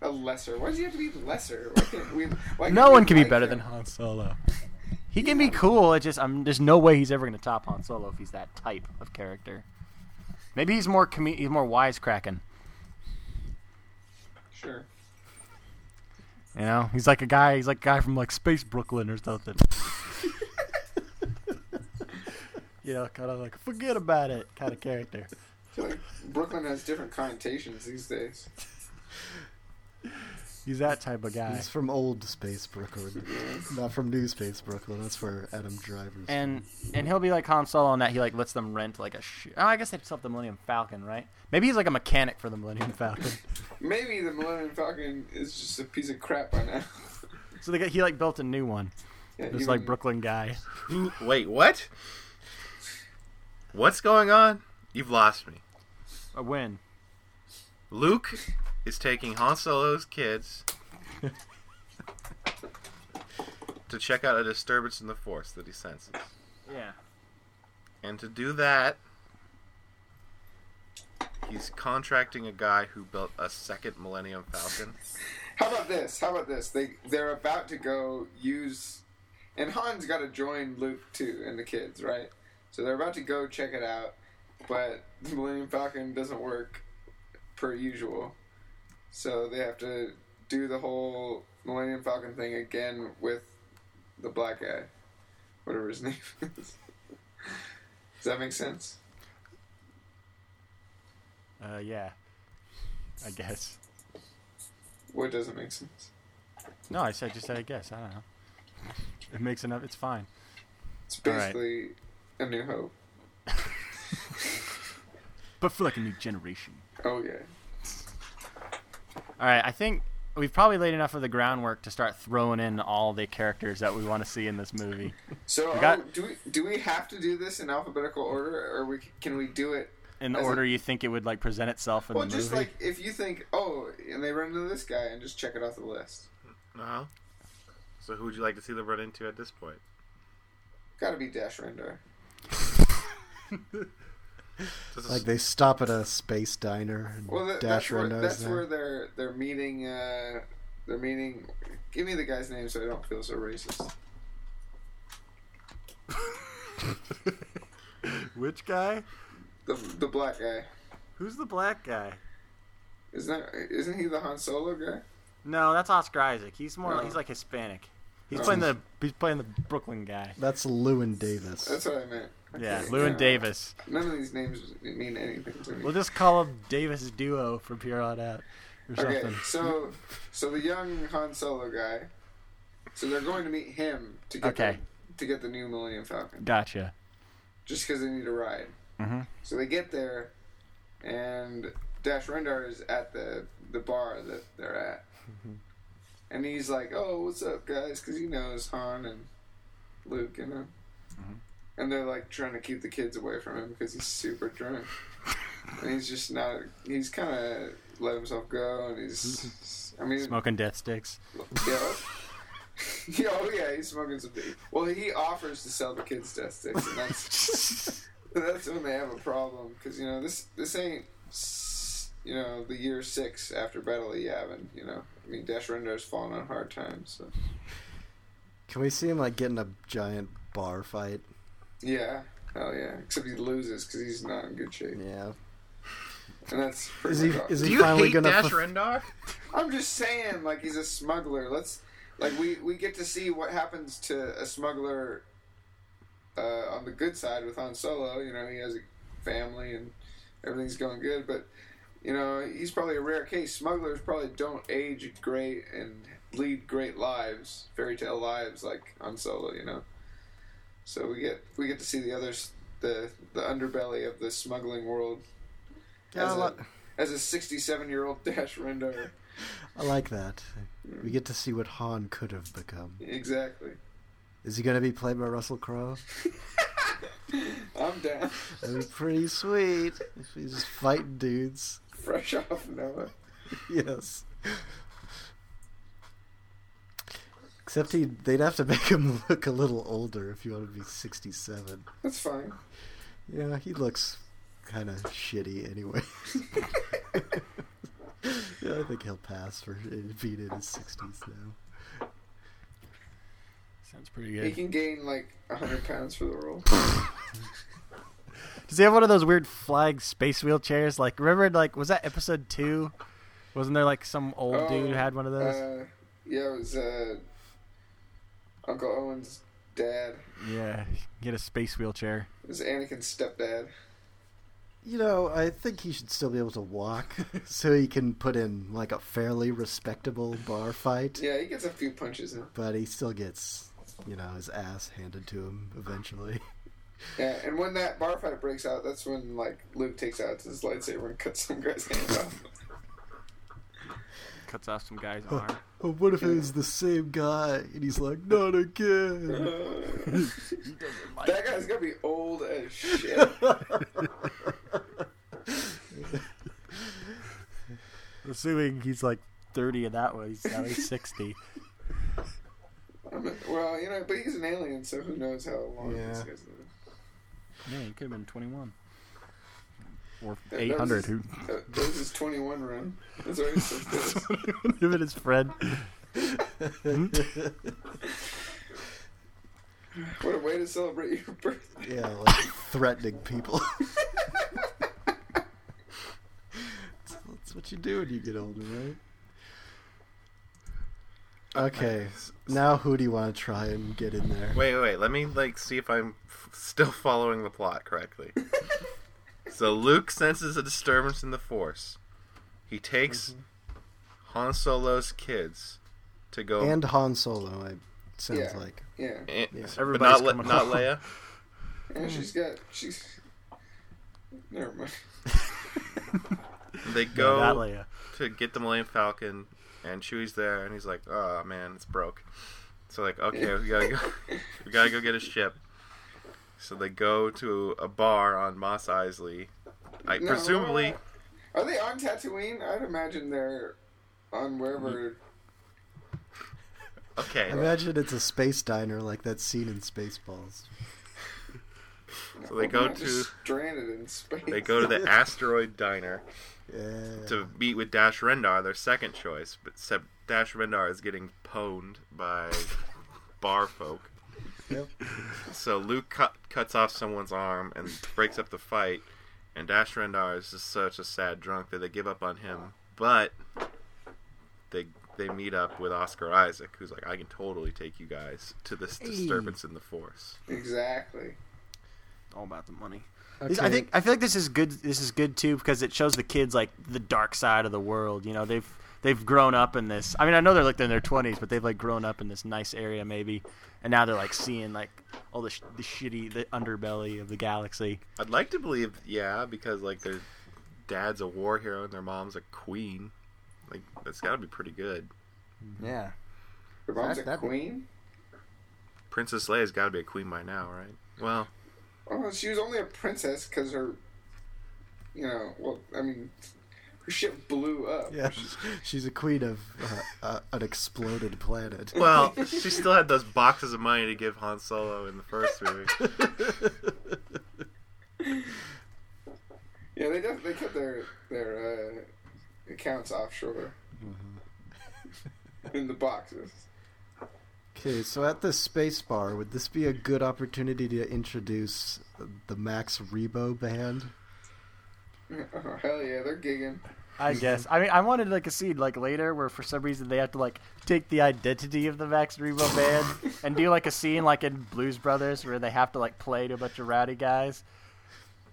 Speaker 5: A lesser. Why does he have to be lesser? Why can't we, why
Speaker 3: No
Speaker 5: can't
Speaker 3: one
Speaker 5: we
Speaker 3: can be
Speaker 5: like
Speaker 3: better
Speaker 5: him?
Speaker 3: than Han Solo. He can be cool. It just I'm there's no way he's ever going to top Han Solo if he's that type of character. Maybe he's more com- he's more wisecracking.
Speaker 5: Sure.
Speaker 3: You know, he's like a guy. He's like a guy from like Space Brooklyn or something. you know, kind of like forget about it kind of character.
Speaker 5: I feel like Brooklyn has different connotations these days.
Speaker 3: He's that type of guy.
Speaker 4: He's from old Space Brooklyn, not from new Space Brooklyn. That's where Adam Driver's.
Speaker 3: And and he'll be like Han Solo in that he like lets them rent like a. Sh- oh, I guess they still have the Millennium Falcon, right? Maybe he's like a mechanic for the Millennium Falcon.
Speaker 5: Maybe the Millennium Falcon is just a piece of crap by now.
Speaker 3: so they got, he like built a new one.
Speaker 5: Yeah,
Speaker 3: This
Speaker 5: even-
Speaker 3: like Brooklyn guy.
Speaker 2: Wait, what? What's going on? You've lost me.
Speaker 3: A win.
Speaker 2: Luke is taking Han Solo's kids to check out a disturbance in the Force that he senses.
Speaker 3: Yeah.
Speaker 2: And to do that, he's contracting a guy who built a second Millennium Falcon.
Speaker 5: How about this? How about this? They they're about to go use, and Han's got to join Luke too and the kids, right? So they're about to go check it out, but the Millennium Falcon doesn't work per usual, so they have to do the whole Millennium Falcon thing again with the black guy, whatever his name is. Does that make sense?
Speaker 3: Uh, yeah. I guess.
Speaker 5: What doesn't make sense?
Speaker 3: No, I said just said I guess. I don't know. It makes enough. It's fine.
Speaker 5: It's
Speaker 3: All right.
Speaker 5: basically a new hope.
Speaker 3: But for like a new generation.
Speaker 5: Oh yeah.
Speaker 3: All right, I think we've probably laid enough of the groundwork to start throwing in all the characters that we want to see in this movie.
Speaker 5: So
Speaker 3: We
Speaker 5: are
Speaker 3: got-
Speaker 5: we- do we do we have to do this in alphabetical order, or we can we do it?
Speaker 3: In the
Speaker 5: As a-
Speaker 3: order you think it would like present itself in
Speaker 5: Well,
Speaker 3: the
Speaker 5: just
Speaker 3: movie.
Speaker 5: like if you think, oh, and they run into this guy, and just check it off the list.
Speaker 2: Uh-huh. So who would you like to see them run into at this point?
Speaker 5: Got to be Dash Rendar.
Speaker 2: This is-
Speaker 4: like they stop at a space diner and
Speaker 5: Well, that,
Speaker 4: Dash
Speaker 5: that's where
Speaker 4: Rendar's
Speaker 5: that's
Speaker 4: there.
Speaker 5: where they're they're meeting. Uh, they're meeting. Give me the guy's name so I don't feel so racist.
Speaker 3: Which guy?
Speaker 5: The the black guy
Speaker 3: Who's the black guy?
Speaker 5: isn't that, isn't he the Han Solo guy?
Speaker 3: No, that's Oscar Isaac. He's more.
Speaker 5: Oh.
Speaker 3: He's like Hispanic. He's
Speaker 5: Oh.
Speaker 3: playing the. He's playing the Brooklyn guy.
Speaker 4: That's Lewin Davis.
Speaker 5: That's what I meant.
Speaker 3: Yeah,
Speaker 5: Okay,
Speaker 3: Lewin
Speaker 5: yeah.
Speaker 3: Davis.
Speaker 5: None of these names mean anything to me.
Speaker 3: We'll just call him Davis Duo from here on out, or
Speaker 5: Okay,
Speaker 3: something.
Speaker 5: so so the young Han Solo guy. So they're going to meet him to get
Speaker 3: Okay.
Speaker 5: the, to get the new Millennium Falcon,
Speaker 3: Gotcha.
Speaker 5: just because they need a ride.
Speaker 3: Mhm.
Speaker 5: So they get there, and Dash Rendar is at the the bar that they're at, and he's like, "Oh, what's up, guys?" Because he knows Han and Luke, you know. And they're like trying to keep the kids away from him because he's super drunk. And he's just not. He's kind of let himself go, and he's. I mean,
Speaker 3: Smoking death sticks.
Speaker 5: yeah. Yeah, oh yeah, he's smoking some weed. Well, he offers to sell the kids death sticks, and that's that's when they have a problem because you know this this ain't s- you know the year six after Battle of Yavin. You know, I mean Dash Rendar's fallen on hard times. So.
Speaker 4: Can we see him like getting a giant bar fight?
Speaker 5: Yeah, hell yeah. Except he loses because he's not in good shape,
Speaker 4: Yeah.
Speaker 5: and that's pretty
Speaker 4: Is he
Speaker 5: much all.
Speaker 4: is
Speaker 2: Do
Speaker 4: he
Speaker 2: you
Speaker 4: finally
Speaker 2: hate
Speaker 4: gonna
Speaker 2: Dash
Speaker 4: fu-
Speaker 2: Rendar?
Speaker 5: I'm just saying, like he's a smuggler. Let's like we we get to see what happens to a smuggler uh, on the good side with Han Solo. You know, he has a family and everything's going good, but you know he's probably a rare case. Smugglers probably don't age great and lead great lives, fairy tale lives like Han Solo. You know, so we get we get to see the others. The, the underbelly of the smuggling world
Speaker 4: Yeah, I,
Speaker 5: as, a,
Speaker 4: li-
Speaker 5: as a 67 year old Dash Rendar.
Speaker 4: I like that.
Speaker 5: Mm.
Speaker 4: We get to see what Han could have become.
Speaker 5: Exactly.
Speaker 4: Is he gonna be played by Russell Crowe?
Speaker 5: I'm down.
Speaker 4: That'd be pretty sweet. If He's just fighting dudes.
Speaker 5: Fresh off Noah.
Speaker 4: Yes. Except he, they'd have to make him look a little older if you want to be 67.
Speaker 5: That's fine.
Speaker 4: Yeah, he looks kind of shitty anyway. yeah, I think he'll pass for being in his 60s now.
Speaker 3: Sounds pretty
Speaker 5: He
Speaker 3: good.
Speaker 5: can gain like 100 pounds for the role.
Speaker 3: Does he have one of those weird flag space wheelchairs? Like, remember, like, was that episode two? Wasn't there like some old dude who had one of those?
Speaker 5: Oh, Uh, yeah, it was uh, Uncle Owen's dad.
Speaker 3: yeah, get a space wheelchair.
Speaker 5: It was Anakin's stepdad.
Speaker 4: You know, I think he should still be able to walk so he can put in like a fairly respectable bar fight,
Speaker 5: Yeah, he gets a few punches in.
Speaker 4: but he still gets, you know, his ass handed to him eventually.
Speaker 5: Yeah, and when that bar fight breaks out, that's when like Luke takes out his lightsaber and cuts some guy's hand off.
Speaker 3: Cuts off some guy's arm.
Speaker 4: Oh, what if it was the same guy and he's like, not again?
Speaker 5: that guy's gonna be old as shit.
Speaker 3: Assuming he's like 30 in that way, he's now he's 60.
Speaker 5: I mean, well, you know, but he's an alien, so who knows how long
Speaker 4: Yeah.
Speaker 5: this guy's living.
Speaker 3: Yeah, he could have been 21. Or
Speaker 5: Yeah,
Speaker 3: 800.
Speaker 5: that
Speaker 3: Who?
Speaker 5: was Uh, There's his 21 run. That's already so good.
Speaker 3: Him and his friend. "Hmm?"
Speaker 5: What a way to celebrate your birthday.
Speaker 4: Yeah, like threatening people. That's what you do when you get older, right? Okay, now who do you want to try and get in there?
Speaker 2: Wait, wait, wait. Let me like see if I'm f- still following the plot correctly. so Luke senses a disturbance in the Force. He takes
Speaker 4: Mm-hmm.
Speaker 2: Han Solo's kids to go
Speaker 4: And Han Solo, it sounds
Speaker 5: Yeah.
Speaker 4: like.
Speaker 5: Yeah.
Speaker 2: Eh,
Speaker 4: Yeah.
Speaker 2: but
Speaker 3: Everybody's
Speaker 2: not, Le-
Speaker 3: coming
Speaker 2: not
Speaker 3: along.
Speaker 2: Leia.
Speaker 5: And she's
Speaker 2: Hmm.
Speaker 5: got. She's. Never mind.
Speaker 2: They
Speaker 3: No, not
Speaker 2: go
Speaker 3: Leia.
Speaker 2: to get the Millennium Falcon, and Chewie's there, and he's like, "Oh man, it's broke." So like, okay, we gotta go. we gotta go get a ship. So they go to a bar on Moss Eisley. I,
Speaker 5: No.
Speaker 2: presumably,
Speaker 5: Are they on Tatooine? I'd imagine they're on wherever.
Speaker 2: okay.
Speaker 4: Imagine it's a space diner like that scene in Spaceballs.
Speaker 2: So they
Speaker 5: Well,
Speaker 2: go
Speaker 5: not just
Speaker 2: to-
Speaker 5: Stranded in space.
Speaker 2: They go to the asteroid diner
Speaker 4: Yeah.
Speaker 2: to meet with Dash Rendar, their second choice, but except Dash Rendar is getting pwned by bar folk.
Speaker 4: Yep.
Speaker 2: So Luke cut, cuts off someone's arm and breaks up the fight, and Dash Rendar is just such a sad drunk that they give up on him. But they they meet up with Oscar Isaac, who's like, I can totally take you guys to this disturbance in the Force.
Speaker 5: Exactly.
Speaker 3: All about the money.
Speaker 4: Okay.
Speaker 3: I think I feel like this is good. This is good too because it shows the kids like the dark side of the world. You know, they've they've grown up in this. I mean, I know they're like in their twenties, but they've like grown up in this nice area maybe, and now they're like seeing like all the sh- the shitty the underbelly of the galaxy.
Speaker 2: I'd like to believe, yeah, because like their dad's a war hero and their mom's a queen. Like that's got to be pretty good.
Speaker 6: Yeah.
Speaker 5: Her mom's
Speaker 6: That-
Speaker 5: a
Speaker 6: that-
Speaker 5: queen?
Speaker 2: Princess Leia's got to be a queen by now, right? Well,
Speaker 5: Oh, she was only a princess because her. You know, well, I mean, Her ship blew up.
Speaker 4: Yeah, she's a queen of uh, uh, an exploded planet.
Speaker 2: Well, she still had those boxes of money to give Han Solo in the first movie.
Speaker 5: Yeah, they def- they cut their their uh, accounts offshore
Speaker 3: Mm-hmm.
Speaker 5: in the boxes.
Speaker 4: Okay, so at the space bar, would this be a good opportunity to introduce the Max Rebo band?
Speaker 5: Oh, hell yeah, they're gigging.
Speaker 3: I guess. I mean, I wanted like a scene like later where for some reason they have to like take the identity of the Max Rebo band and do like a scene like in Blues Brothers where they have to like play to a bunch of rowdy guys.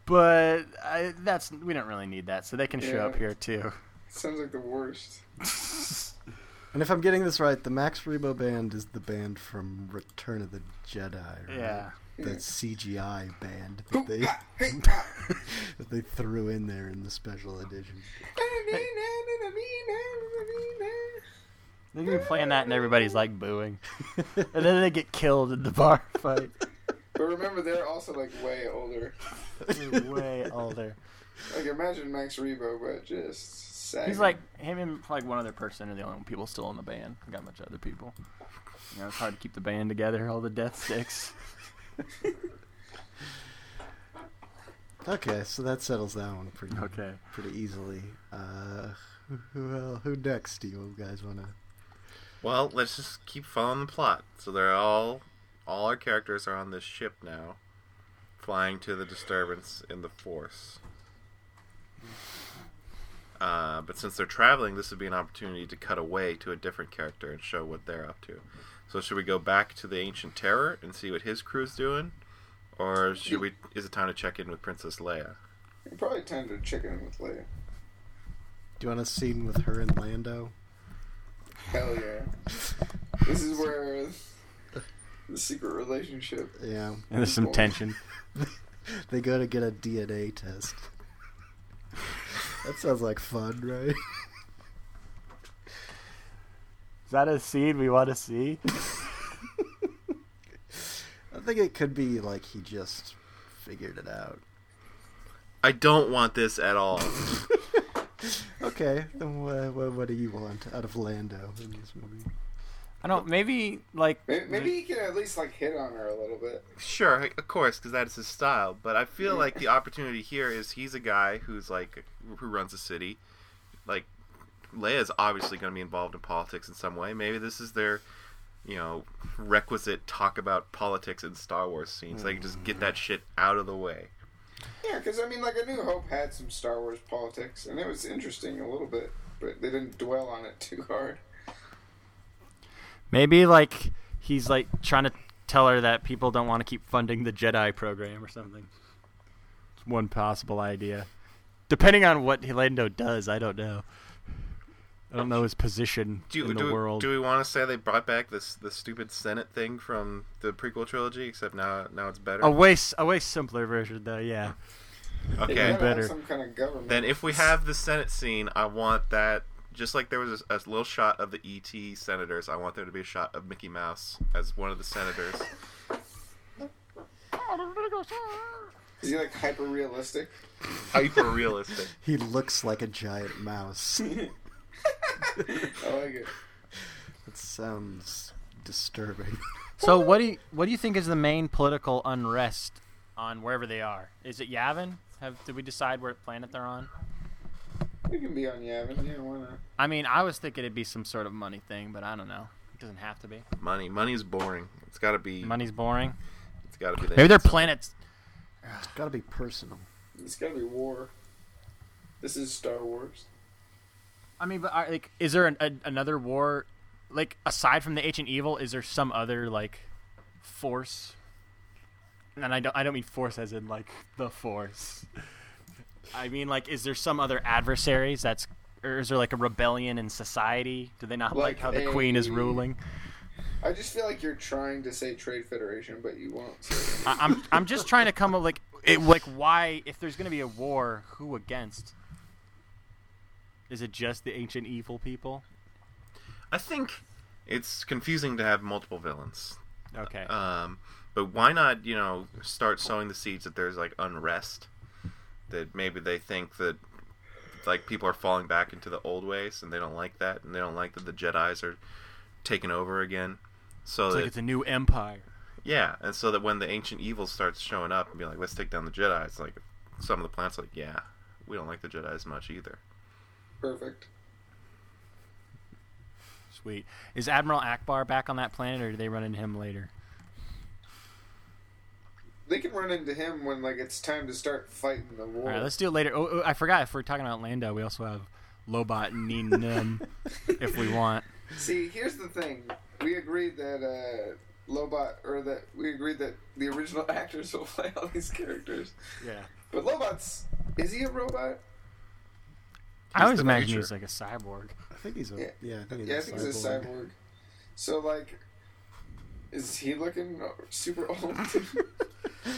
Speaker 3: But I, that's we don't really need that, so they can show
Speaker 5: Yeah.
Speaker 3: up here too.
Speaker 5: Sounds like the worst.
Speaker 4: And if I'm getting this right, the Max Rebo band is the band from Return of the Jedi, right?
Speaker 3: Yeah.
Speaker 4: The CGI band that they, that they threw in there in the special edition.
Speaker 3: They can be playing that and everybody's like booing, and then they get killed in the bar fight.
Speaker 5: But remember, they're also like way older.
Speaker 3: They're way older.
Speaker 5: Like imagine Max Rebo, but just sad.
Speaker 3: He's like him and like one other person are the only people still in the band. We got a bunch of other people. You know, it's hard to keep the band together. All the death sticks.
Speaker 4: Okay, so that settles that one pretty pretty easily. Uh, who, who, el- who next do you guys want to?
Speaker 2: Well, let's just keep following the plot. So they're all, all our characters are on this ship now, flying to the disturbance in the Force. Uh, but since they're traveling, this would be an opportunity to cut away to a different character and show what they're up to. So should we go back to the Ancient Terror and see what his crew's doing, or should we? Is it time to check in with Princess Leia?
Speaker 5: probably time to check in with Leia.
Speaker 4: Do you want a scene with her and Lando?
Speaker 5: Hell yeah. This is where the secret relationship.
Speaker 4: Yeah,
Speaker 3: And there's some tension.
Speaker 4: they go to get a DNA test. that sounds like fun, right?
Speaker 3: Is that a scene we want to see?
Speaker 4: I think it could be like he just figured it out.
Speaker 2: I don't want this at all.
Speaker 4: Okay, then what, what, what do you want out of Lando in this movie?
Speaker 3: I don't. Maybe like
Speaker 5: Maybe, maybe he can at least like hit on her a little bit.
Speaker 2: Sure, of course, because that is his style. But I feel like the opportunity here is he's a guy who's like who runs a city. Like Leia's obviously going to be involved in politics in some way. Maybe this is their, you know, requisite talk about politics in Star Wars scenes. Like just get that shit out of the way.
Speaker 5: Yeah, because I mean, like A New Hope had some Star Wars politics, and it was interesting a little bit, but they didn't dwell on it too hard.
Speaker 3: maybe like he's like trying to tell her that people don't want to keep funding the Jedi program or something. It's one possible idea. Depending on what Lando does, I don't know. I don't know his position
Speaker 2: Do you-
Speaker 3: in the
Speaker 2: do, we-
Speaker 3: world.
Speaker 2: do we want to say they brought back this the stupid Senate thing from the prequel trilogy? Except now now it's better.
Speaker 3: a way s- a way simpler version though, yeah.
Speaker 5: They
Speaker 2: okay.
Speaker 5: gotta have
Speaker 3: Better.
Speaker 5: some kind of government.
Speaker 2: Then if we have the Senate scene, I want that just like there was a, a little shot of the ET senators. I want there to be a shot of Mickey Mouse as one of the senators.
Speaker 5: is he like hyper realistic?
Speaker 2: Hyper realistic.
Speaker 4: He looks like a giant mouse.
Speaker 5: I like it.
Speaker 4: That sounds disturbing.
Speaker 3: So what do you what do you think is the main political unrest on wherever they are? Is it Yavin? Have did we decide what planet they're on?
Speaker 5: We can be on Yavin. Yeah, why not?
Speaker 3: I mean, I was thinking it'd be some sort of money thing, but I don't know. It doesn't have to be.
Speaker 2: Money. Money is boring. It's gotta be.
Speaker 3: Money's boring.
Speaker 2: It's gotta be. The
Speaker 3: Maybe their planets.
Speaker 4: It's got to be personal.
Speaker 5: It's gotta be war. This is Star Wars.
Speaker 3: I mean, but are, like, is there an, a, another war? Like, aside from the ancient evil, is there some other like force? And I don't. I don't mean force as in like the force. I mean, like, is there some other adversaries that's, or is there like a rebellion in society? Do they not like,
Speaker 5: Like
Speaker 3: how the
Speaker 5: a-
Speaker 3: queen is ruling?
Speaker 5: I just feel like you're trying to say Trade Federation, but you won't. say
Speaker 3: I, I'm. I'm just trying to come up like, it, like why if there's gonna be a war, who against? Is it just the ancient evil people?
Speaker 2: I think it's confusing to have multiple villains.
Speaker 3: Okay.
Speaker 5: Uh,
Speaker 2: Um, but why not, you know, start sowing the seeds that there's like unrest? That maybe they think that like people are falling back into the old ways, and they don't like that, and they don't like that the Jedi's are taking over again. So
Speaker 3: It's
Speaker 2: that,
Speaker 3: like it's a new empire.
Speaker 2: yeah, and so that when the ancient evil starts showing up and be like, let's take down the Jedi, it's like some of the planets like, yeah, we don't like the Jedi's much either.
Speaker 5: Perfect.
Speaker 3: Sweet. Is Admiral Akbar back on that planet, or do they run into him later?
Speaker 5: They can run into him when like it's time to start fighting the war.
Speaker 3: All right, let's do it later. Oh, oh, I forgot. If we're talking about Lando, we also have Lobot and Neen Nim if we want.
Speaker 5: See, here's the thing. We agreed that uh, Lobot, or that we agreed that the original actors will play all these characters.
Speaker 3: Yeah.
Speaker 5: But Lobot's is he a robot?
Speaker 3: I
Speaker 2: He's
Speaker 3: always
Speaker 2: the
Speaker 3: imagine
Speaker 2: future.
Speaker 3: he's like a cyborg.
Speaker 4: I think he's a
Speaker 5: Yeah.
Speaker 4: yeah. I think he's
Speaker 5: yeah,
Speaker 4: a
Speaker 5: I think he's a
Speaker 4: cyborg.
Speaker 5: cyborg. So like, is he looking super old?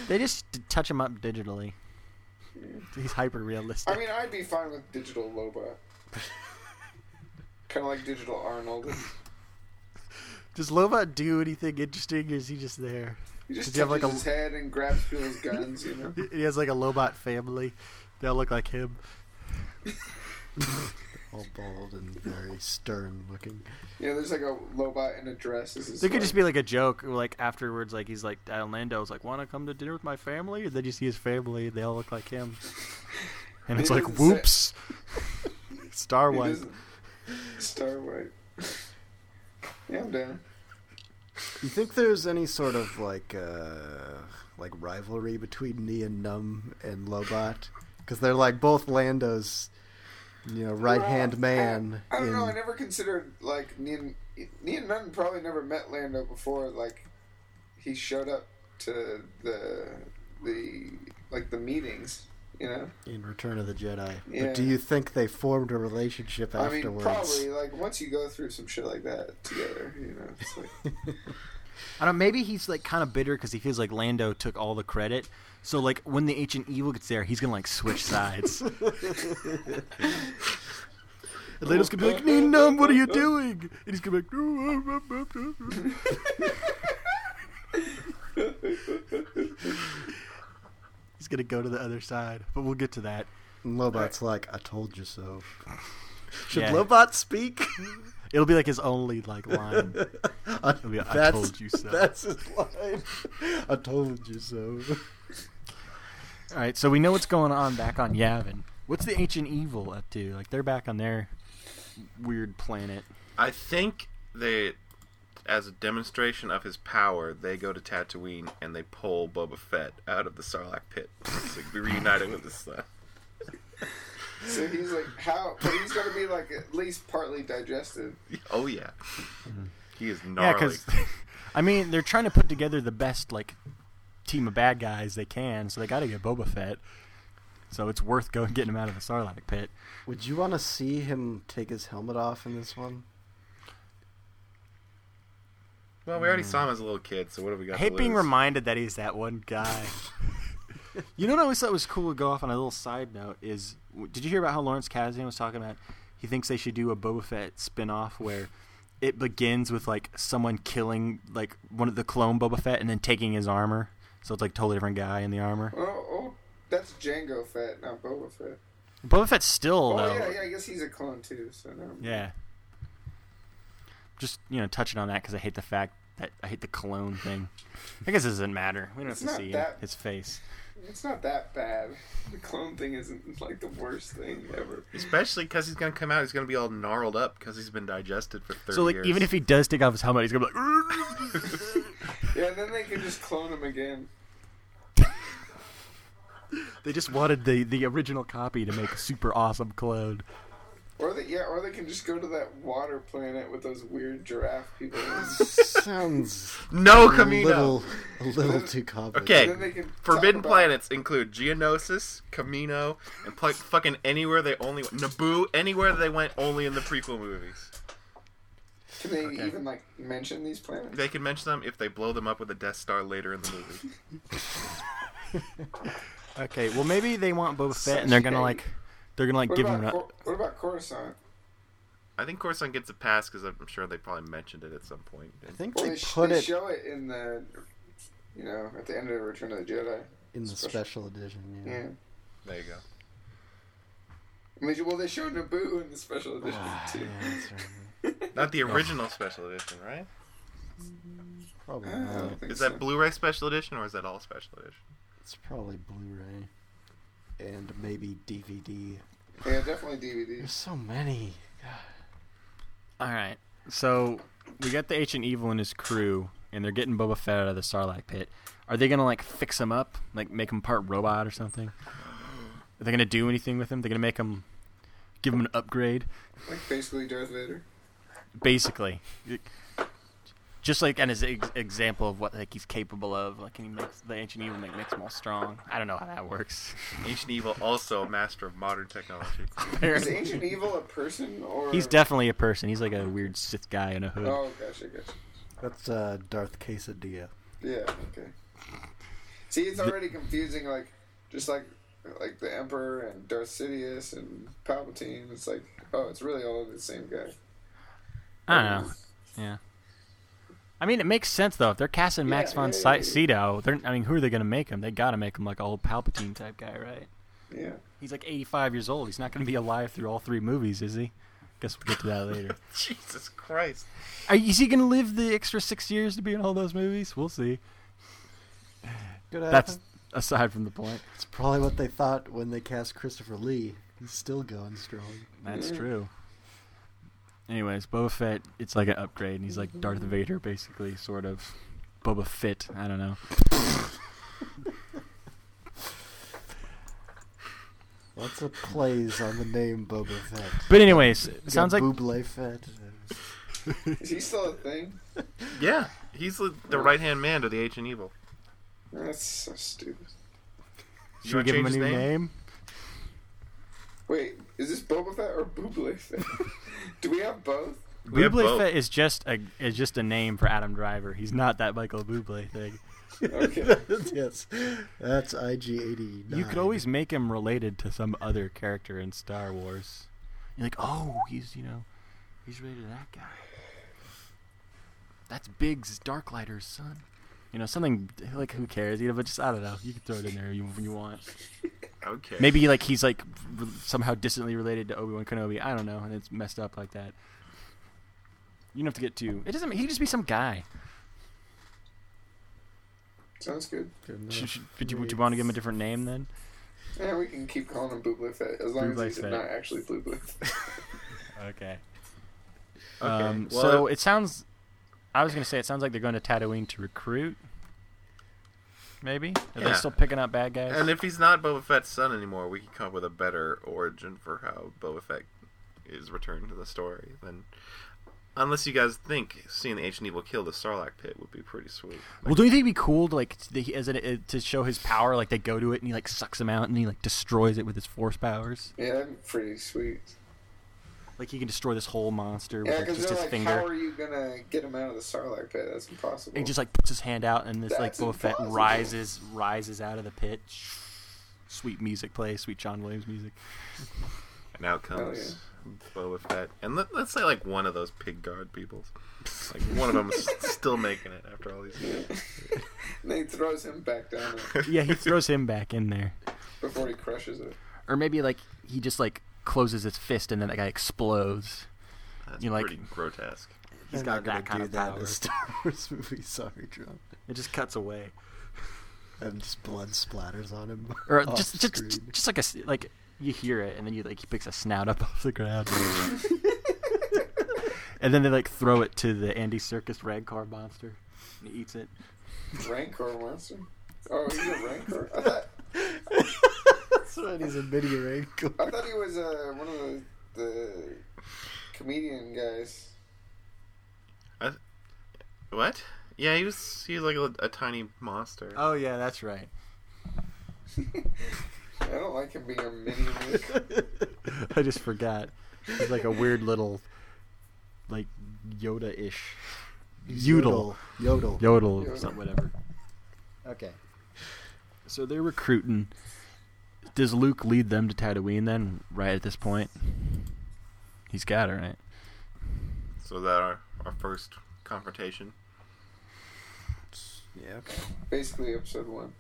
Speaker 3: They just d- touch him up digitally. He's hyper realistic.
Speaker 5: I mean, I'd be fine with digital Lobot. kind of like digital Arnold.
Speaker 3: Does Lobot do anything interesting, or is he just there?
Speaker 5: He just
Speaker 3: Does he have,
Speaker 5: touches
Speaker 3: like, a-
Speaker 5: his head and grabs people's guns. You know.
Speaker 3: He has like a Lobot family. They all look like him.
Speaker 4: All bald and very stern looking.
Speaker 5: Yeah, there's like a Lobot in a dress. This is
Speaker 3: There could
Speaker 5: like-
Speaker 3: just be like a joke, like afterwards, like he's like uh, Lando's like, "Want to come to dinner with my family?" And then you see his family, they all look like him, and it's
Speaker 5: He
Speaker 3: like,
Speaker 5: doesn't say-
Speaker 3: "Whoops, Star
Speaker 5: It
Speaker 3: Wars."
Speaker 5: is- Star White. Yeah, I'm down.
Speaker 4: You think there's any sort of like uh like rivalry between Nee and Num and Lobot? Because they're like both Lando's, you know, right hand
Speaker 5: Well,
Speaker 4: man.
Speaker 5: I, I don't
Speaker 4: in-
Speaker 5: know. I never considered like Nean. Nean Nunn probably never met Lando before. Like he showed up to the the like the meetings. You know.
Speaker 4: in Return of the Jedi.
Speaker 5: Yeah.
Speaker 4: But do you think they formed a relationship
Speaker 5: I mean,
Speaker 4: afterwards?
Speaker 5: probably like once you go through some shit like that together, you know, it's like
Speaker 3: I don't. Maybe he's like kind of bitter because he feels like Lando took all the credit. So like when the ancient evil gets there, he's gonna like switch sides. and Lando's gonna be like, "Nee, Num, what are you doing?" And he's gonna be like, "No, I'm- I'm- I'm- "He's gonna go to the other side." But we'll get to that.
Speaker 4: And Lobot's like, I told you so. Should
Speaker 3: Yeah.
Speaker 4: Lobot speak?
Speaker 3: It'll be like his only like line.
Speaker 4: I,
Speaker 3: be like, "I
Speaker 4: that's-
Speaker 3: told you so."
Speaker 4: That's his line. I told you so.
Speaker 3: All right, so we know what's going on back on Yavin. What's the ancient evil up to? Like they're back on their weird planet.
Speaker 2: I think they, as a demonstration of his power, they go to Tatooine and they pull Boba Fett out of the Sarlacc pit. It's like, be reunited with his son.
Speaker 5: so he's like how, but he's gonna be like at least partly digested.
Speaker 2: Oh yeah, he is
Speaker 3: Yeah,
Speaker 2: gnarly.
Speaker 3: because I mean they're trying to put together the best like team of bad guys they can, so they got to get Boba Fett. So it's worth going getting him out of the Sarlacc pit.
Speaker 4: Would you want to see him take his helmet off in this one?
Speaker 2: well, we already saw him as a little kid, so what have we got?
Speaker 3: I
Speaker 2: to
Speaker 3: hate being
Speaker 2: lose?
Speaker 3: reminded that he's that one guy. you know what I always thought was cool to go off on a little side note is w- did you hear about how Lawrence Kasdan was talking about he thinks they should do a Boba Fett spin-off where it begins with like someone killing like one of the clone Boba Fett and then taking his armor. So it's like totally different guy in the armor.
Speaker 5: Oh, oh, that's Django Fett, not Boba Fett.
Speaker 3: Boba Fett's still
Speaker 5: Oh
Speaker 3: though.
Speaker 5: yeah, yeah. I guess he's a clone too. So no.
Speaker 3: Yeah. Just you know, touching on that because I hate the fact that I hate the cologne thing. I guess it doesn't matter. We don't
Speaker 5: It's
Speaker 3: have to
Speaker 5: not
Speaker 3: see
Speaker 5: that-
Speaker 3: his face.
Speaker 5: It's not that bad. The clone thing isn't like the worst thing ever.
Speaker 2: Especially because he's gonna come out, he's gonna be all gnarled up because he's been digested for thirty
Speaker 3: So like,
Speaker 2: years.
Speaker 3: even if he does take off his helmet, he's gonna be like,
Speaker 5: Yeah, then they can just clone him again.
Speaker 3: they just wanted the the original copy to make a super awesome clone.
Speaker 5: Or they yeah, or they can just go to that water planet with those weird giraffe people. and
Speaker 4: Sounds
Speaker 2: no
Speaker 4: a
Speaker 2: Camino,
Speaker 4: little, a little too complicated.
Speaker 2: Okay.
Speaker 5: then they can
Speaker 2: forbidden
Speaker 5: talk about-
Speaker 2: planets include Geonosis, Camino, and pl- fucking anywhere they only went. Naboo, anywhere they went only in the prequel movies.
Speaker 5: Can they even like mention these planets?
Speaker 2: They can mention them if they blow them up with a Death Star later in the movie.
Speaker 3: Okay, well maybe they want Boba Fett
Speaker 5: Such
Speaker 3: and they're gonna
Speaker 5: hate.
Speaker 3: like they're gonna like
Speaker 5: What
Speaker 3: give
Speaker 5: about
Speaker 3: him a,
Speaker 5: Cor- what about Coruscant?
Speaker 2: I think Coruscant gets a pass because I'm sure they probably mentioned it at some point.
Speaker 4: I think
Speaker 5: Well,
Speaker 4: they,
Speaker 5: they, sh-
Speaker 4: put
Speaker 5: they
Speaker 4: it
Speaker 5: show it in the, you know, at the end of Return of the Jedi.
Speaker 4: in the
Speaker 5: special-
Speaker 4: special edition. Yeah.
Speaker 5: Yeah.
Speaker 2: There you go.
Speaker 5: I mean, well, they showed Naboo in the special edition too.
Speaker 2: Not
Speaker 3: Oh.
Speaker 2: the original special edition, right?
Speaker 4: Probably
Speaker 5: I
Speaker 4: not.
Speaker 5: don't think
Speaker 2: Is
Speaker 5: so.
Speaker 2: that Blu-ray special edition or is that all special edition?
Speaker 4: It's probably Blu-ray and maybe DVD.
Speaker 5: Yeah, definitely DVD.
Speaker 4: There's so many. God.
Speaker 3: All right. So we got the ancient evil and his crew, and they're getting Boba Fett out of the Sarlacc pit. Are they gonna like fix him up, like make him part robot or something? Are they gonna do anything with him? They're gonna make him, give him an upgrade,
Speaker 5: Like basically Darth Vader.
Speaker 3: basically. Just like an ex- example of what like he's capable of, like and he makes the ancient evil like, makes him all strong. I don't know how that works.
Speaker 2: Ancient Evil also a master of modern technology.
Speaker 5: Is Ancient Evil a person or?
Speaker 3: he's definitely a person. He's like a weird Sith guy in a hood.
Speaker 5: Oh gosh, I gotcha.
Speaker 4: That's uh, Darth Quesadilla.
Speaker 5: Yeah. Okay. See, it's already confusing. Like, just like like the Emperor and Darth Sidious and Palpatine. It's like, oh, it's really all the same guy.
Speaker 3: I don't know. Yeah. I mean, it makes sense though. If they're casting Max
Speaker 5: Yeah,
Speaker 3: von
Speaker 5: yeah,
Speaker 3: Si-
Speaker 5: yeah, yeah.
Speaker 3: Sydow, they're I mean, who are they going to make him? They got to make him like a old Palpatine type guy, right?
Speaker 5: Yeah.
Speaker 3: He's like 85 years old. He's not going to be alive through all three movies, is he? Guess we'll get to that later.
Speaker 2: Jesus Christ!
Speaker 3: Are, is he going to live the extra six years to be in all those movies? We'll see.
Speaker 4: Good
Speaker 3: That's aside from the point.
Speaker 4: It's probably what they thought when they cast Christopher Lee. He's still going strong.
Speaker 3: That's true. Anyways, Boba Fett, it's like an upgrade, and he's like
Speaker 2: Mm-hmm.
Speaker 3: Darth Vader, basically, sort of. Boba Fett, I don't know.
Speaker 4: Lots of plays on the name Boba Fett.
Speaker 3: But anyways,
Speaker 4: You
Speaker 3: sounds
Speaker 4: got
Speaker 3: like
Speaker 4: Buble Fett.
Speaker 5: Is he still a thing?
Speaker 2: Yeah, he's the, the right hand man to the Ancient Evil.
Speaker 5: That's so stupid.
Speaker 2: You
Speaker 3: should we
Speaker 2: wanna
Speaker 3: give him a
Speaker 2: change
Speaker 3: new
Speaker 2: his
Speaker 3: name?
Speaker 5: Wait, is this Boba Fett or Booble Fett? Do we have both?
Speaker 2: We have
Speaker 3: Buble
Speaker 2: both.
Speaker 3: Fett is just a is just a name for Adam Driver. He's not that Michael Buble thing.
Speaker 5: Okay.
Speaker 4: yes, that's IG-89.
Speaker 3: You could always make him related to some other character in Star Wars. You're like, oh, he's you know, he's related to that guy. That's Biggs Darklighter's son. You know, something like who cares? You know, but just I don't know. You can throw it in there you, when you want.
Speaker 2: Okay.
Speaker 3: Maybe like he's like r- somehow distantly related to Obi Wan Kenobi. I don't know, and it's messed up like that. You don't have to get too. It doesn't. He could just be some guy.
Speaker 5: Sounds good.
Speaker 3: Should, should, would, you, would you want to give him a different name then?
Speaker 5: Yeah, we can keep calling him Booble Fett as long
Speaker 3: Booble
Speaker 5: as he's
Speaker 3: Fett.
Speaker 5: not actually Booble Fett.
Speaker 3: Okay.
Speaker 2: Okay,
Speaker 3: Um,
Speaker 2: well-
Speaker 3: so it sounds. I was gonna say it sounds like they're going to Tatooine to recruit. Maybe are they
Speaker 2: Yeah.
Speaker 3: still picking up bad guys?
Speaker 2: And if he's not Boba Fett's son anymore, we can come up with a better origin for how Boba Fett is returned to the story. Than, unless you guys think seeing the Ancient Evil kill the Sarlacc pit would be pretty sweet.
Speaker 3: well, don't you think it'd be cool to like to, the- as it, to show his power? Like they go to it and he like sucks him out and he like destroys it with his force powers.
Speaker 5: Yeah, that'd be pretty sweet.
Speaker 3: Like he can destroy this whole monster with
Speaker 5: Yeah,
Speaker 3: like,
Speaker 5: because
Speaker 3: just
Speaker 5: they're
Speaker 3: his
Speaker 5: like,
Speaker 3: finger.
Speaker 5: how are you gonna get him out of the Sarlacc pit? That's impossible.
Speaker 3: And he just like puts his hand out, and this like
Speaker 5: That's
Speaker 3: Boba Fett
Speaker 5: impossible.
Speaker 3: rises, rises out of the pit. Sweet music plays, sweet John Williams music.
Speaker 2: And out comes Boba Fett, and let, let's say like one of those pig guard people, like one of them still making it after all these years.
Speaker 5: and then he throws him back down it
Speaker 3: Yeah, he throws him back in there,
Speaker 5: before he crushes it.
Speaker 3: or maybe like he just like closes his fist, and then that guy explodes.
Speaker 2: That's
Speaker 3: You like-
Speaker 2: pretty grotesque.
Speaker 3: He's
Speaker 4: They're
Speaker 3: got
Speaker 4: not gonna
Speaker 3: that kind
Speaker 4: do
Speaker 3: of
Speaker 4: that in
Speaker 3: power.
Speaker 4: a Star Wars movie. Sorry, John.
Speaker 3: It just cuts away,
Speaker 4: And just blood splatters on him.
Speaker 3: or
Speaker 4: off
Speaker 3: just, just
Speaker 4: screen.
Speaker 3: just like a s- like you hear it, and then you like he picks a snout up off the ground, and then they like throw it to the Andy Circus Ragcar monster, and he eats it.
Speaker 5: Rancor monster. Oh, he's a Rancor. I thought
Speaker 4: That's right. He's a mini rancor.
Speaker 5: I thought he was uh, one of the, the comedian guys.
Speaker 2: What? Yeah, he was he was like a, a tiny monster.
Speaker 3: Oh yeah, that's right.
Speaker 5: I don't like him being a mini. Luke.
Speaker 3: I just forgot. He's like a weird little, like Yoda-ish, Yodel.
Speaker 4: Yodel.
Speaker 3: yodel,
Speaker 5: Yodel.
Speaker 3: or something, whatever.
Speaker 6: Okay.
Speaker 3: So they're recruiting. Does Luke lead them to Tatooine then? Right at this point, he's got it right.
Speaker 2: So is that our our first confrontation.
Speaker 4: Yeah.
Speaker 5: Basically, episode one.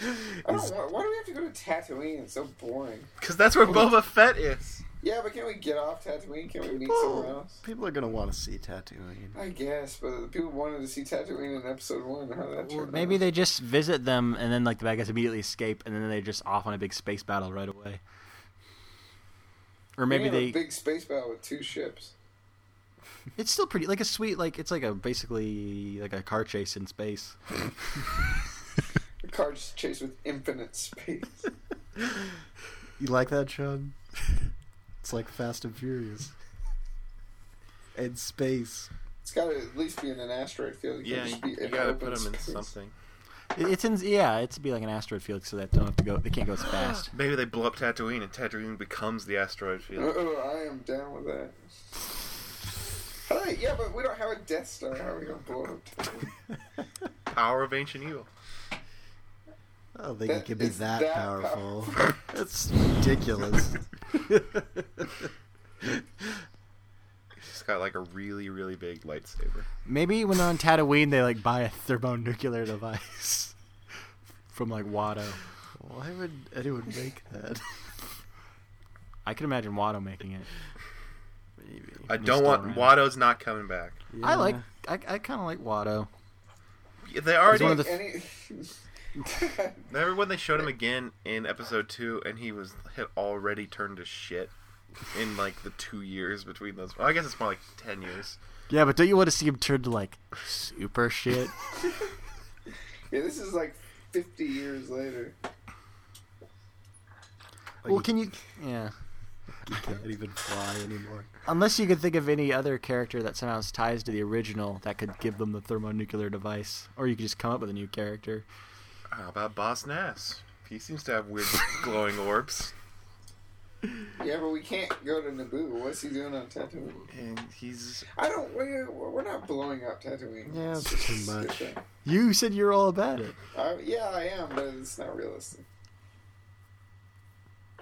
Speaker 5: I don't. Why, why do we have to go to Tatooine? It's so boring.
Speaker 2: Because that's where Boba Fett is.
Speaker 5: Yeah, but can we get off Tatooine? Can we meet somewhere
Speaker 4: People,
Speaker 5: else?
Speaker 4: people are gonna want to see Tatooine.
Speaker 5: I guess, but the people wanted to see Tatooine in episode one. How that
Speaker 3: Or
Speaker 5: turned
Speaker 3: maybe
Speaker 5: out.
Speaker 3: they just visit them and then like the bad guys immediately escape and then they're just off on a big space battle right away. Or
Speaker 5: We
Speaker 3: maybe
Speaker 5: have
Speaker 3: they
Speaker 5: a big space battle with two ships.
Speaker 3: it's still pretty like a sweet like it's like a basically like a car chase in space.
Speaker 5: The car just chased with infinite space.
Speaker 4: You like that, Sean? It's like Fast and Furious. And space.
Speaker 5: It's got to at least be in an asteroid field. It can't
Speaker 2: Yeah, you,
Speaker 5: just be
Speaker 2: you
Speaker 5: in
Speaker 2: gotta
Speaker 5: open
Speaker 2: put him in
Speaker 5: space.
Speaker 2: something.
Speaker 3: It- It's in yeah, it's be like an asteroid field so that don't have to go they can't go as fast.
Speaker 2: Maybe they blow up Tatooine and Tatooine becomes the asteroid field.
Speaker 5: Oh, I am down with that. How do I- yeah, but we don't have a Death Star. How are we gonna blow it up? Tatooine?
Speaker 2: Power of ancient evil.
Speaker 4: I don't think it
Speaker 5: That
Speaker 4: can be
Speaker 5: is
Speaker 4: that,
Speaker 5: that
Speaker 4: powerful. That's ridiculous.
Speaker 2: He's got like a really, really big lightsaber.
Speaker 3: Maybe when they're on Tatooine they like buy a thermonuclear device from like Watto.
Speaker 4: Why would anyone make that?
Speaker 3: I can imagine Watto making it.
Speaker 4: Maybe.
Speaker 2: I
Speaker 3: He's
Speaker 2: don't
Speaker 3: still
Speaker 2: want
Speaker 3: around.
Speaker 2: Watto's not coming back.
Speaker 3: I like I, I kind of like Watto.
Speaker 2: They already
Speaker 3: one of the-
Speaker 5: Any-
Speaker 2: Remember when they showed him again in episode two, and he was had already turned to shit in like the two years between those. Well, I guess it's more like ten years.
Speaker 3: Yeah, but don't you want to see him turn to like super shit?
Speaker 5: yeah, this is like 50 years later.
Speaker 3: well, can you? Yeah.
Speaker 4: You can't even fly anymore.
Speaker 3: Unless you could think of any other character that somehow ties to the original that could give them the thermonuclear device, or you could just come up with a new character.
Speaker 2: How about Boss Nass? He seems to have weird glowing orbs,
Speaker 5: Yeah, but we can't go to Naboo. What's he doing on Tatooine?
Speaker 2: and he's
Speaker 5: I don't. We're, we're not blowing up Tatooine.
Speaker 4: Yeah,
Speaker 5: Let's
Speaker 4: it's too
Speaker 5: just
Speaker 4: much.
Speaker 5: skip that.
Speaker 3: You said you're all about it.
Speaker 5: I, Uh, yeah, I am, but it's not realistic.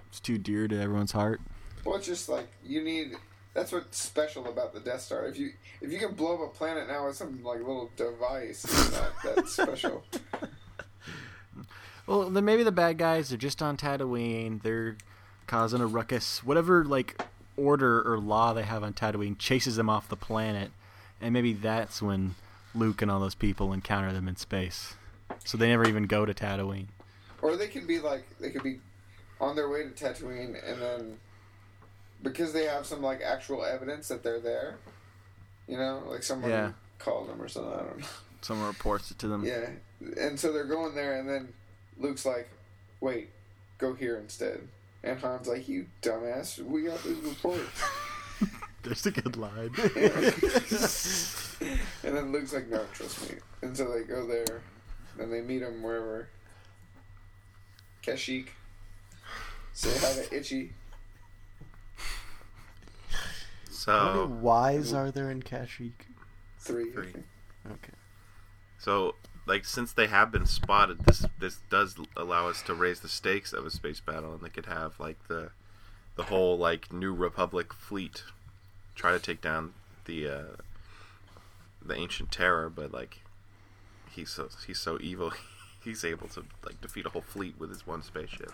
Speaker 3: It's too dear to everyone's heart.
Speaker 5: Well, it's just like you need. That's what's special about the Death Star. If you if you can blow up a planet now with some like little device, it's not that special.
Speaker 3: Well, then maybe the bad guys are just on Tatooine. They're causing a ruckus. Whatever like order or law they have on Tatooine chases them off the planet, and maybe that's when Luke and all those people encounter them in space. So they never even go to Tatooine.
Speaker 5: Or they could be like they could be on their way to Tatooine and then because they have some like actual evidence that they're there. You know, like someone
Speaker 3: Yeah.
Speaker 5: called them or something. I don't know.
Speaker 3: Someone reports it to them.
Speaker 5: Yeah, and so they're going there, and then Luke's like, "Wait, go here instead." And Han's like, "You dumbass, we got these reports."
Speaker 3: That's a good line.
Speaker 5: and then Luke's like, "No, trust me." And so they go there, and they meet him wherever. Kashyyyk. Say hi to Itchy.
Speaker 4: How many
Speaker 2: so.
Speaker 4: Ys are there in Kashyyyk?
Speaker 5: Three.
Speaker 2: Three.
Speaker 4: Okay.
Speaker 2: So, like, since they have been spotted, this this does allow us to raise the stakes of a space battle, and they could have like the the whole like New Republic fleet try to take down the uh, the ancient terror, but like he's so he's so evil, he's able to like defeat a whole fleet with his one spaceship.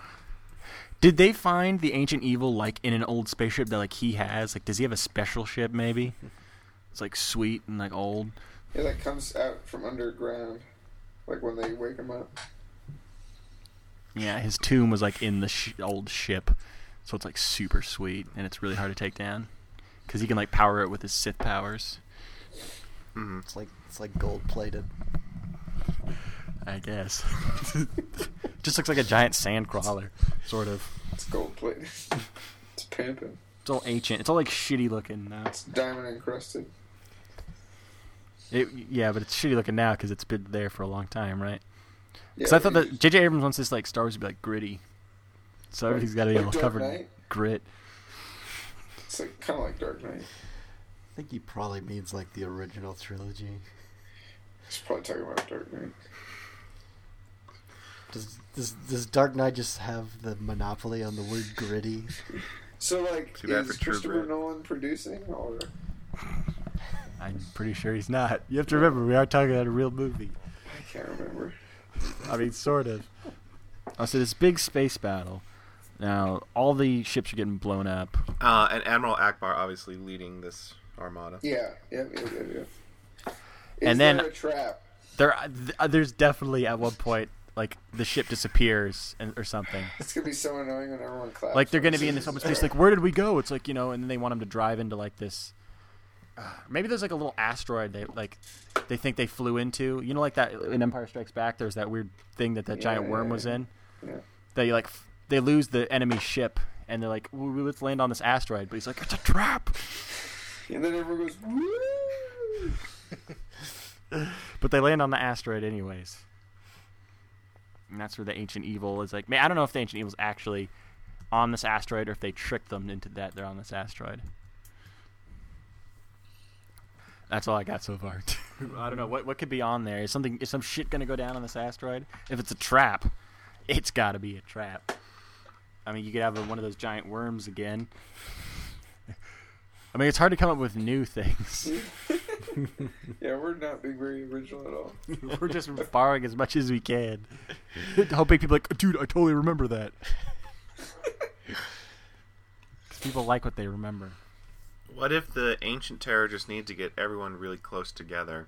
Speaker 3: Did they find the ancient evil like in an old spaceship that like he has? Like, does he have a special ship? Maybe it's like sweet and like old.
Speaker 5: Yeah, that comes out from underground, like when they wake him up.
Speaker 3: Yeah, his tomb was like in the sh- old ship, so it's like super sweet and it's really hard to take down because he can like power it with his Sith powers.
Speaker 4: It's like it's like gold plated.
Speaker 3: I guess. Just looks like a giant sand crawler, sort of.
Speaker 5: It's gold plated. it's pimping.
Speaker 3: It's all ancient. It's all like shitty looking now.
Speaker 5: It's diamond encrusted.
Speaker 3: It, yeah, but it's shitty looking now because it's been there for a long time, right?
Speaker 5: Yeah,
Speaker 3: Because I thought
Speaker 5: you
Speaker 3: that J.J. Abrams wants this like Star Wars to be like gritty, so everything's got to be
Speaker 5: Like
Speaker 3: all
Speaker 5: Dark
Speaker 3: covered in
Speaker 5: Knight?
Speaker 3: grit.
Speaker 5: It's like, kind of like Dark Knight.
Speaker 4: I think he probably means like the original trilogy.
Speaker 5: He's probably talking about Dark Knight.
Speaker 4: Does does does Dark Knight just have the monopoly on the word gritty?
Speaker 5: So, like,
Speaker 2: Too bad
Speaker 5: is
Speaker 2: for True
Speaker 5: Christopher
Speaker 2: Grit.
Speaker 5: Nolan producing, or
Speaker 3: I'm pretty sure he's not. You have to remember we are talking about a real movie.
Speaker 5: I can't remember.
Speaker 3: I mean, sort of. Oh, so this big space battle. Now all the ships are getting blown up.
Speaker 2: Uh, and Admiral Akbar obviously leading this armada.
Speaker 5: Yeah, yeah, yeah, yeah. yeah. Is
Speaker 3: And then-
Speaker 5: there a trap?
Speaker 3: There, uh, th- there's definitely at one point like the ship disappears and, or something.
Speaker 5: It's gonna be so annoying when everyone claps.
Speaker 3: Like they're gonna be in this open space. Like where did we go? It's like you know, and then they want them to drive into like this. uh, Maybe there's like a little asteroid they like they think they flew into. You know, like that in Empire Strikes Back. There's that weird thing that that giant
Speaker 5: Yeah,
Speaker 3: worm
Speaker 5: yeah,
Speaker 3: was in.
Speaker 5: Yeah.
Speaker 3: They like f- they lose the enemy ship and they're like, well, let's land on this asteroid. But he's like, it's a trap.
Speaker 5: And then everyone goes, woo!
Speaker 3: But they land on the asteroid anyways. And that's where the ancient evil is like. Man, I don't know if the ancient evil's actually on this asteroid or if they tricked them into that they're on this asteroid. That's all I got so far. I don't know what what could be on there. Is something is some shit going to go down on this asteroid? If it's a trap, it's got to be a trap. I mean, you could have a, one of those giant worms again. I mean, it's hard to come up with new things.
Speaker 5: Yeah, we're not being very original at all.
Speaker 3: We're just borrowing as much as we can, hoping people are like, dude, I totally remember that. Because people like what they remember.
Speaker 2: What if the ancient terror just needs to get everyone really close together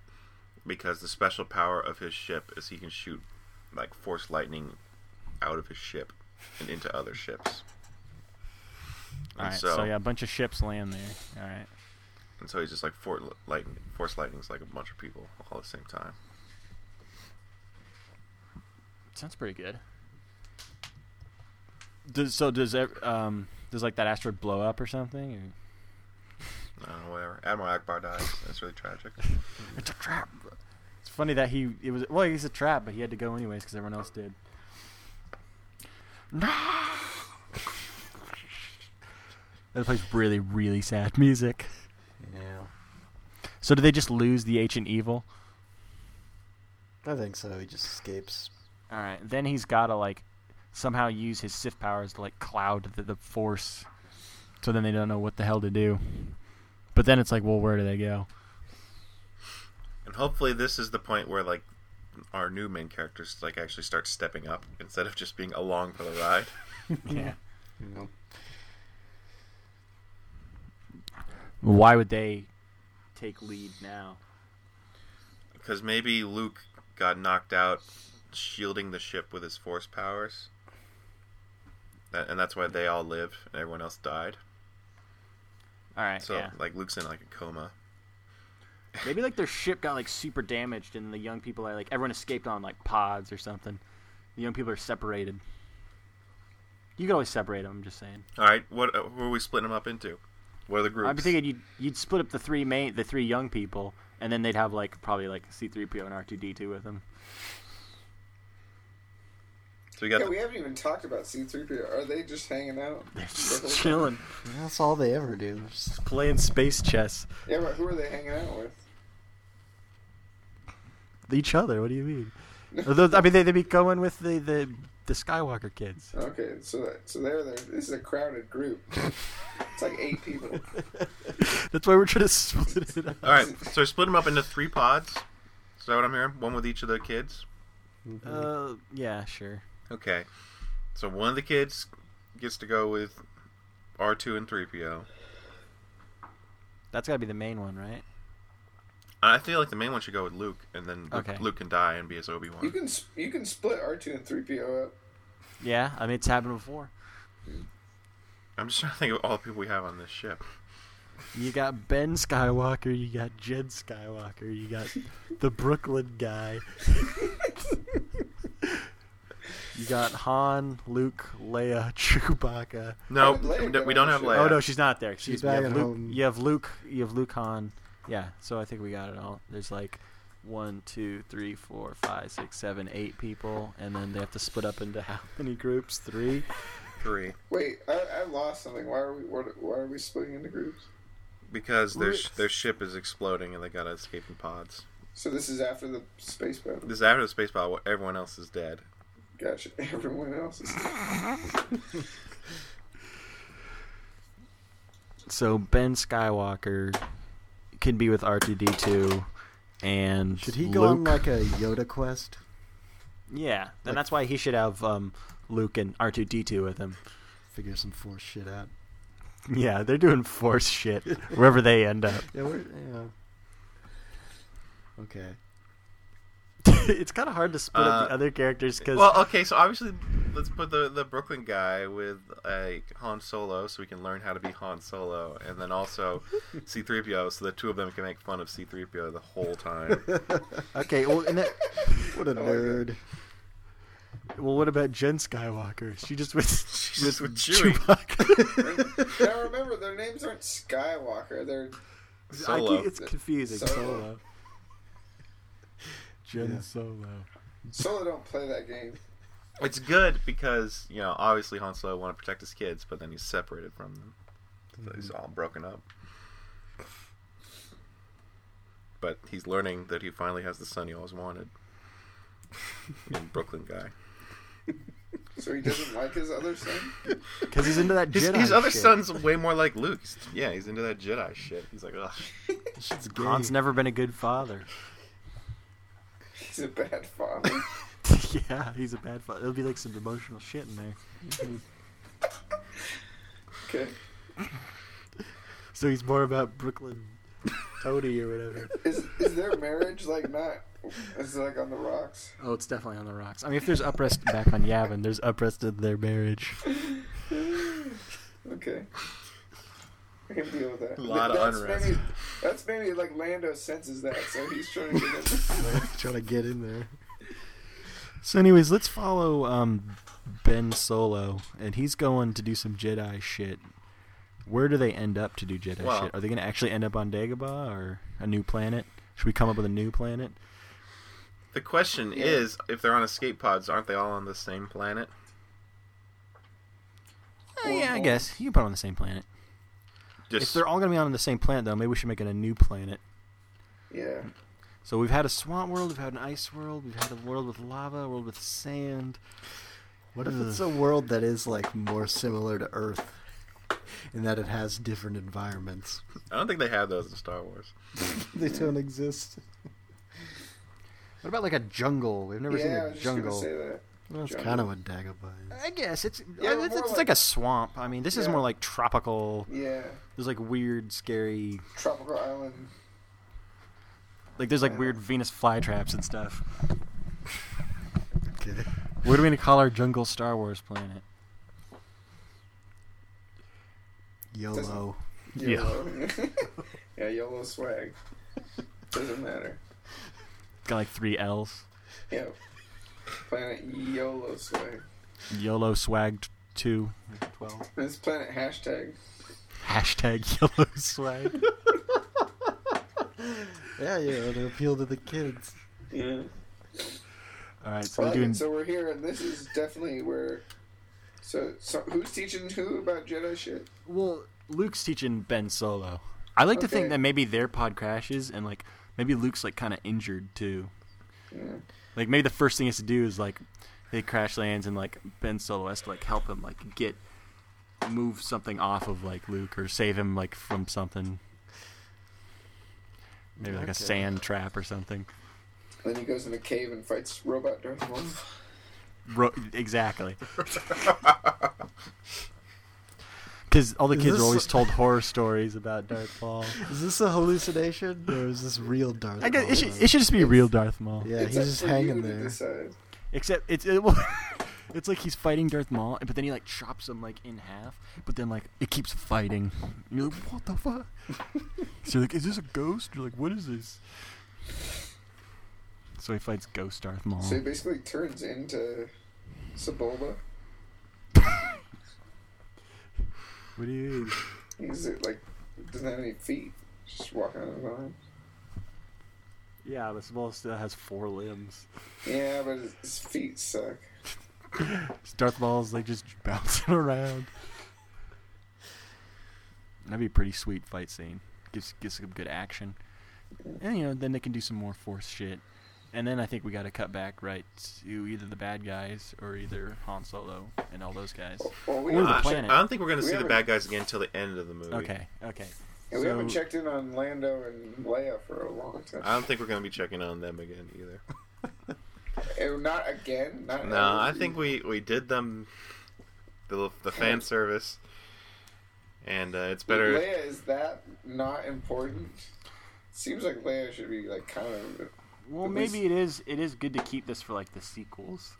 Speaker 2: because the special power of his ship is he can shoot like force lightning out of his ship and into other ships.
Speaker 3: All
Speaker 2: And
Speaker 3: right, so.
Speaker 2: so-
Speaker 3: yeah, a bunch of ships land there. All right,
Speaker 2: And so he's just like for lightning force lightning's like a bunch of people all at the same time.
Speaker 3: sounds pretty good. Does, so does ev- um does like that asteroid blow up or something? Or?
Speaker 2: Uh, whatever. Admiral Akbar dies. That's really tragic.
Speaker 3: It's a trap. It's funny that he it was well he's a trap, but he had to go anyways because everyone else did. No. that plays really really sad music.
Speaker 4: Yeah.
Speaker 3: So do they just lose the ancient evil?
Speaker 4: I think so. He just escapes.
Speaker 3: All right, then he's got to like somehow use his Sith powers to like cloud the, the force, so then they don't know what the hell to do. But then it's like, well, where do they go?
Speaker 2: And hopefully this is the point where like our new main characters like actually start stepping up instead of just being along for the ride.
Speaker 3: Yeah.
Speaker 4: You know.
Speaker 3: Why would they take lead now?
Speaker 2: Because maybe Luke got knocked out shielding the ship with his force powers. That, and that's why they all lived and everyone else died.
Speaker 3: All right,
Speaker 2: So,
Speaker 3: yeah.
Speaker 2: like, Luke's in, like, a coma.
Speaker 3: Maybe like their ship got like super damaged, and the young people are like everyone escaped on like pods or something. The young people are separated. You could always separate them. I'm just saying.
Speaker 2: All right, what uh, who are we splitting them up into? What are the groups?
Speaker 3: I'd be thinking you'd you'd split up the three main the three young people, and then they'd have like probably like C three PO and R two D two with them.
Speaker 2: so we got
Speaker 5: Yeah,
Speaker 2: the,
Speaker 5: we haven't even talked about C3PO. Are they just hanging out?
Speaker 3: They're just chilling,
Speaker 4: That's all they ever do. Just-
Speaker 3: playing space chess.
Speaker 5: Yeah, but who are they hanging out with?
Speaker 3: Each other. What do you mean? Or those- I mean, they, they'd be going with the, the the Skywalker kids.
Speaker 5: Okay, so that, so there, there. This is a crowded group. It's like eight people.
Speaker 3: That's why we're trying to split it up.
Speaker 2: All right, so we split them up into three pods. Is that what I'm hearing? One with each of the kids?
Speaker 3: Uh, yeah, sure.
Speaker 2: Okay. So one of the kids gets to go with R2 and 3PO.
Speaker 3: That's gotta be the main one, right?
Speaker 2: I feel like the main one should go with Luke, and then Luke,
Speaker 3: Okay.
Speaker 2: Luke can die and be as Obi Wan.
Speaker 5: You can s- you can split R2 and 3PO up.
Speaker 3: Yeah, I mean it's happened before.
Speaker 2: I'm just trying to think of all the people we have on this ship.
Speaker 3: You got Ben Skywalker, you got Jed Skywalker, you got the Brooklyn guy. you got Han, Luke, Leia, Chewbacca.
Speaker 2: No,
Speaker 5: How did Leia
Speaker 2: we
Speaker 5: get
Speaker 2: don't- we
Speaker 5: on
Speaker 2: don't
Speaker 5: the
Speaker 2: have
Speaker 5: ship?
Speaker 2: Leia.
Speaker 3: Oh no, she's not there. Excuse
Speaker 4: She's
Speaker 3: me. You
Speaker 4: back
Speaker 3: have,
Speaker 4: at
Speaker 3: Luke,
Speaker 4: home.
Speaker 3: you have Luke. You have Luke Han. Yeah. So I think we got it all. There's like one, two, three, four, five, six, seven, eight people, and then they have to split up into how many groups? Three.
Speaker 2: three
Speaker 5: Wait, I, I lost something. Why are we what, why are we splitting into groups?
Speaker 2: because their sh-
Speaker 3: Rick.
Speaker 2: their ship is exploding and they gotta escape in pods.
Speaker 5: So this is after the space battle.
Speaker 2: This is after the space battle. where Everyone else is dead.
Speaker 5: Gotcha. Everyone else is.
Speaker 3: So Ben Skywalker can be with R2D2, and
Speaker 4: Should he go on
Speaker 3: Luke-
Speaker 4: like a Yoda quest?
Speaker 3: Yeah, and
Speaker 4: Like-
Speaker 3: that's why he should have um, Luke and R two D two with him.
Speaker 4: Figure some force shit out.
Speaker 3: Yeah, they're doing force shit wherever they end up.
Speaker 4: Yeah, we're yeah. Okay.
Speaker 3: it's kind of hard to split up
Speaker 2: Uh,
Speaker 3: the other characters because
Speaker 2: Well, okay, so obviously let's put the the Brooklyn guy with like Han Solo, so we can learn how to be Han Solo, and then also C-3PO, so the two of them can make fun of C-3PO the whole time.
Speaker 3: okay, well, and that,
Speaker 4: What a
Speaker 5: my
Speaker 4: nerd.
Speaker 3: well, what about Jen Skywalker? She just with
Speaker 2: She's just with Chewie.
Speaker 3: Chewbacca.
Speaker 5: now remember, their names aren't Skywalker. They're
Speaker 3: I
Speaker 2: Solo.
Speaker 3: keep, it's confusing.
Speaker 5: Solo.
Speaker 3: Solo. Jen
Speaker 4: Yeah.
Speaker 3: Solo.
Speaker 5: Solo. Don't play that game.
Speaker 2: It's good because you know obviously Han Solo want to protect his kids, but then he's separated from them.
Speaker 3: Hmm.
Speaker 2: So he's all broken up. But he's learning that he finally has the son he always wanted. And Brooklyn guy.
Speaker 5: So he doesn't like his other son.
Speaker 3: Because he's into that
Speaker 2: His,
Speaker 3: Jedi
Speaker 2: his other
Speaker 3: shit.
Speaker 2: son's way more like Luke. He's- yeah, he's into that Jedi shit. He's like, ugh.
Speaker 4: Shit's gay.
Speaker 3: Han's never been a good father.
Speaker 5: He's a bad father.
Speaker 3: yeah, he's a bad father. There'll be like some emotional shit in there.
Speaker 5: Okay.
Speaker 3: So he's more about Brooklyn Toady or whatever.
Speaker 5: Is is their marriage like not? Is it like on the rocks?
Speaker 3: Oh, it's definitely on the rocks. I mean, if there's uprest back on Yavin, there's uprest in their marriage.
Speaker 5: Okay. I can deal with that.
Speaker 2: A lot of
Speaker 5: that's
Speaker 2: unrest.
Speaker 5: Maybe, that's maybe like Lando senses that, so he's trying to get him.
Speaker 4: Trying to get in there.
Speaker 3: So, anyways, let's follow um, Ben Solo, and he's going to do some Jedi shit. Where do they end up to do Jedi
Speaker 2: Well-
Speaker 3: shit? Are they going to actually end up on Dagobah or a new planet? Should we come up with a new planet?
Speaker 2: The question
Speaker 5: Yeah.
Speaker 2: is, if they're on escape pods, aren't they all on the same planet?
Speaker 3: Uh, yeah, I guess you can put them on the same planet. If
Speaker 2: Just
Speaker 3: they're all going to be on the same planet, though, maybe we should make it a new planet.
Speaker 5: Yeah.
Speaker 3: So we've had a swamp world, we've had an ice world, we've had a world with lava, a world with sand.
Speaker 4: What if it's a world that is like more similar to Earth, in that it has different environments?
Speaker 2: I don't think they have those in Star Wars.
Speaker 4: They don't exist.
Speaker 6: What about like a jungle? We've never
Speaker 5: Yeah, I
Speaker 6: seen
Speaker 5: was
Speaker 6: a
Speaker 5: just gonna
Speaker 6: jungle.
Speaker 5: say that.
Speaker 4: Well, that's
Speaker 5: Jungle.
Speaker 4: kind of what Dagobah is.
Speaker 6: I guess it's
Speaker 5: Yeah,
Speaker 3: it's
Speaker 5: we're
Speaker 3: it's
Speaker 5: more
Speaker 3: like,
Speaker 5: like-
Speaker 3: a swamp. I mean, this is
Speaker 5: Yeah.
Speaker 3: more like tropical.
Speaker 5: Yeah.
Speaker 3: There's like weird, scary.
Speaker 5: Tropical island.
Speaker 3: Like there's like weird Venus flytraps and stuff.
Speaker 4: Okay.
Speaker 3: What are we gonna call our jungle Star Wars planet?
Speaker 4: YOLO.
Speaker 5: YOLO. yeah, YOLO swag. Doesn't matter.
Speaker 3: It's got like three L's.
Speaker 5: Yeah. Planet YOLO swag.
Speaker 3: YOLO Swag t- two.
Speaker 5: This planet hashtag.
Speaker 3: Hashtag YOLO Swag.
Speaker 4: Yeah, yeah, to appeal to the kids.
Speaker 5: Yeah.
Speaker 3: All right, so
Speaker 5: So,
Speaker 3: we're doing.
Speaker 5: so we're here, and this is definitely where. So, so who's teaching who about Jedi shit?
Speaker 3: Well, Luke's teaching Ben Solo. I like to think
Speaker 5: Okay.
Speaker 3: that maybe their pod crashes and like maybe Luke's like kind of injured too. Like maybe the first thing he has to do is like they crash lands and like Ben Solo has to like help him like get move something off of like Luke or save him like from something. Maybe like
Speaker 4: Okay.
Speaker 3: a sand trap or something.
Speaker 5: Then he goes in a cave and fights robot Darth Maul.
Speaker 3: Ro- exactly. Because all the
Speaker 4: Is
Speaker 3: kids
Speaker 4: this-
Speaker 3: are always told horror stories about Darth Maul.
Speaker 4: Is this a hallucination or is this real Darth?
Speaker 3: I guess
Speaker 4: Maul?
Speaker 3: it should, it should just be real Darth Maul.
Speaker 4: Yeah,
Speaker 5: It's
Speaker 4: he's
Speaker 5: up
Speaker 4: just
Speaker 5: for you
Speaker 4: hanging
Speaker 5: to
Speaker 4: there.
Speaker 5: decide.
Speaker 3: Except it's it, well, it's like he's fighting Darth Maul, but then he like chops him like in half. But then like it keeps fighting. And you're like, what the fuck? so you're like, is this a ghost? You're like, what is this? So he fights Ghost Darth Maul.
Speaker 4: Oh.
Speaker 5: So he basically turns into Sebulba.
Speaker 3: What do you mean?
Speaker 5: He's uh, like doesn't have any feet, just walking on his own.
Speaker 3: Yeah, but Maul still has four limbs.
Speaker 5: Yeah, but his, his feet suck.
Speaker 3: Darth Maul's like just bouncing around. That'd be a pretty sweet fight scene. Gives gives some good action, and you know then they can do some more force shit. And then I think we got to cut back right to either the bad guys or either Han Solo and all those guys.
Speaker 5: Well, we,
Speaker 3: Or the
Speaker 2: I,
Speaker 5: haven't,
Speaker 3: planet.
Speaker 2: I don't think we're going to
Speaker 5: We
Speaker 2: see the
Speaker 5: haven't-
Speaker 2: bad guys again until the end of the movie.
Speaker 3: Okay, okay.
Speaker 5: yeah, we haven't
Speaker 3: so-
Speaker 5: checked in on Lando and Leia for a long time.
Speaker 2: I don't think we're going to be checking on them again either.
Speaker 5: Eh, Not again. Not
Speaker 2: No, I think we, we did them the the fan service, and uh, it's better.
Speaker 5: Leia is that not important? Seems like Leia should be like kind of.
Speaker 3: Well,
Speaker 5: At
Speaker 3: maybe it is. It is good to keep this for like the sequels.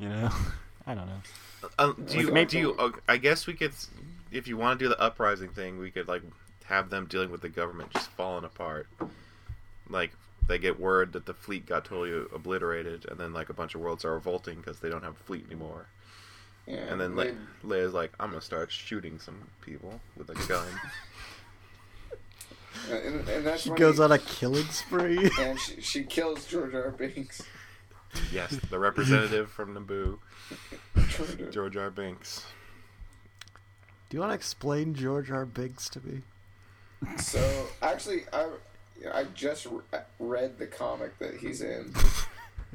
Speaker 3: You know, I don't know.
Speaker 2: Uh, do you?
Speaker 5: Maybe-
Speaker 2: Do you? Uh, I guess we could, s- if you want to do the uprising thing, we could like have them dealing with the government just falling apart. Like they get word that the fleet got totally obliterated, and then like a bunch of worlds are revolting because they don't have a fleet anymore.
Speaker 5: Yeah,
Speaker 2: And then
Speaker 5: like
Speaker 2: like Leia's like, I'm gonna start shooting some people with a gun.
Speaker 5: uh, and, and that's
Speaker 4: She
Speaker 5: when
Speaker 4: goes
Speaker 5: he-
Speaker 4: on a killing spree.
Speaker 5: and she, she kills George R. Binks.
Speaker 2: yes, the representative from Naboo,
Speaker 5: George R.
Speaker 2: George R. Binks.
Speaker 4: Do you want to explain George R. Biggs to me?
Speaker 5: So actually, I I just re- read the comic that he's in.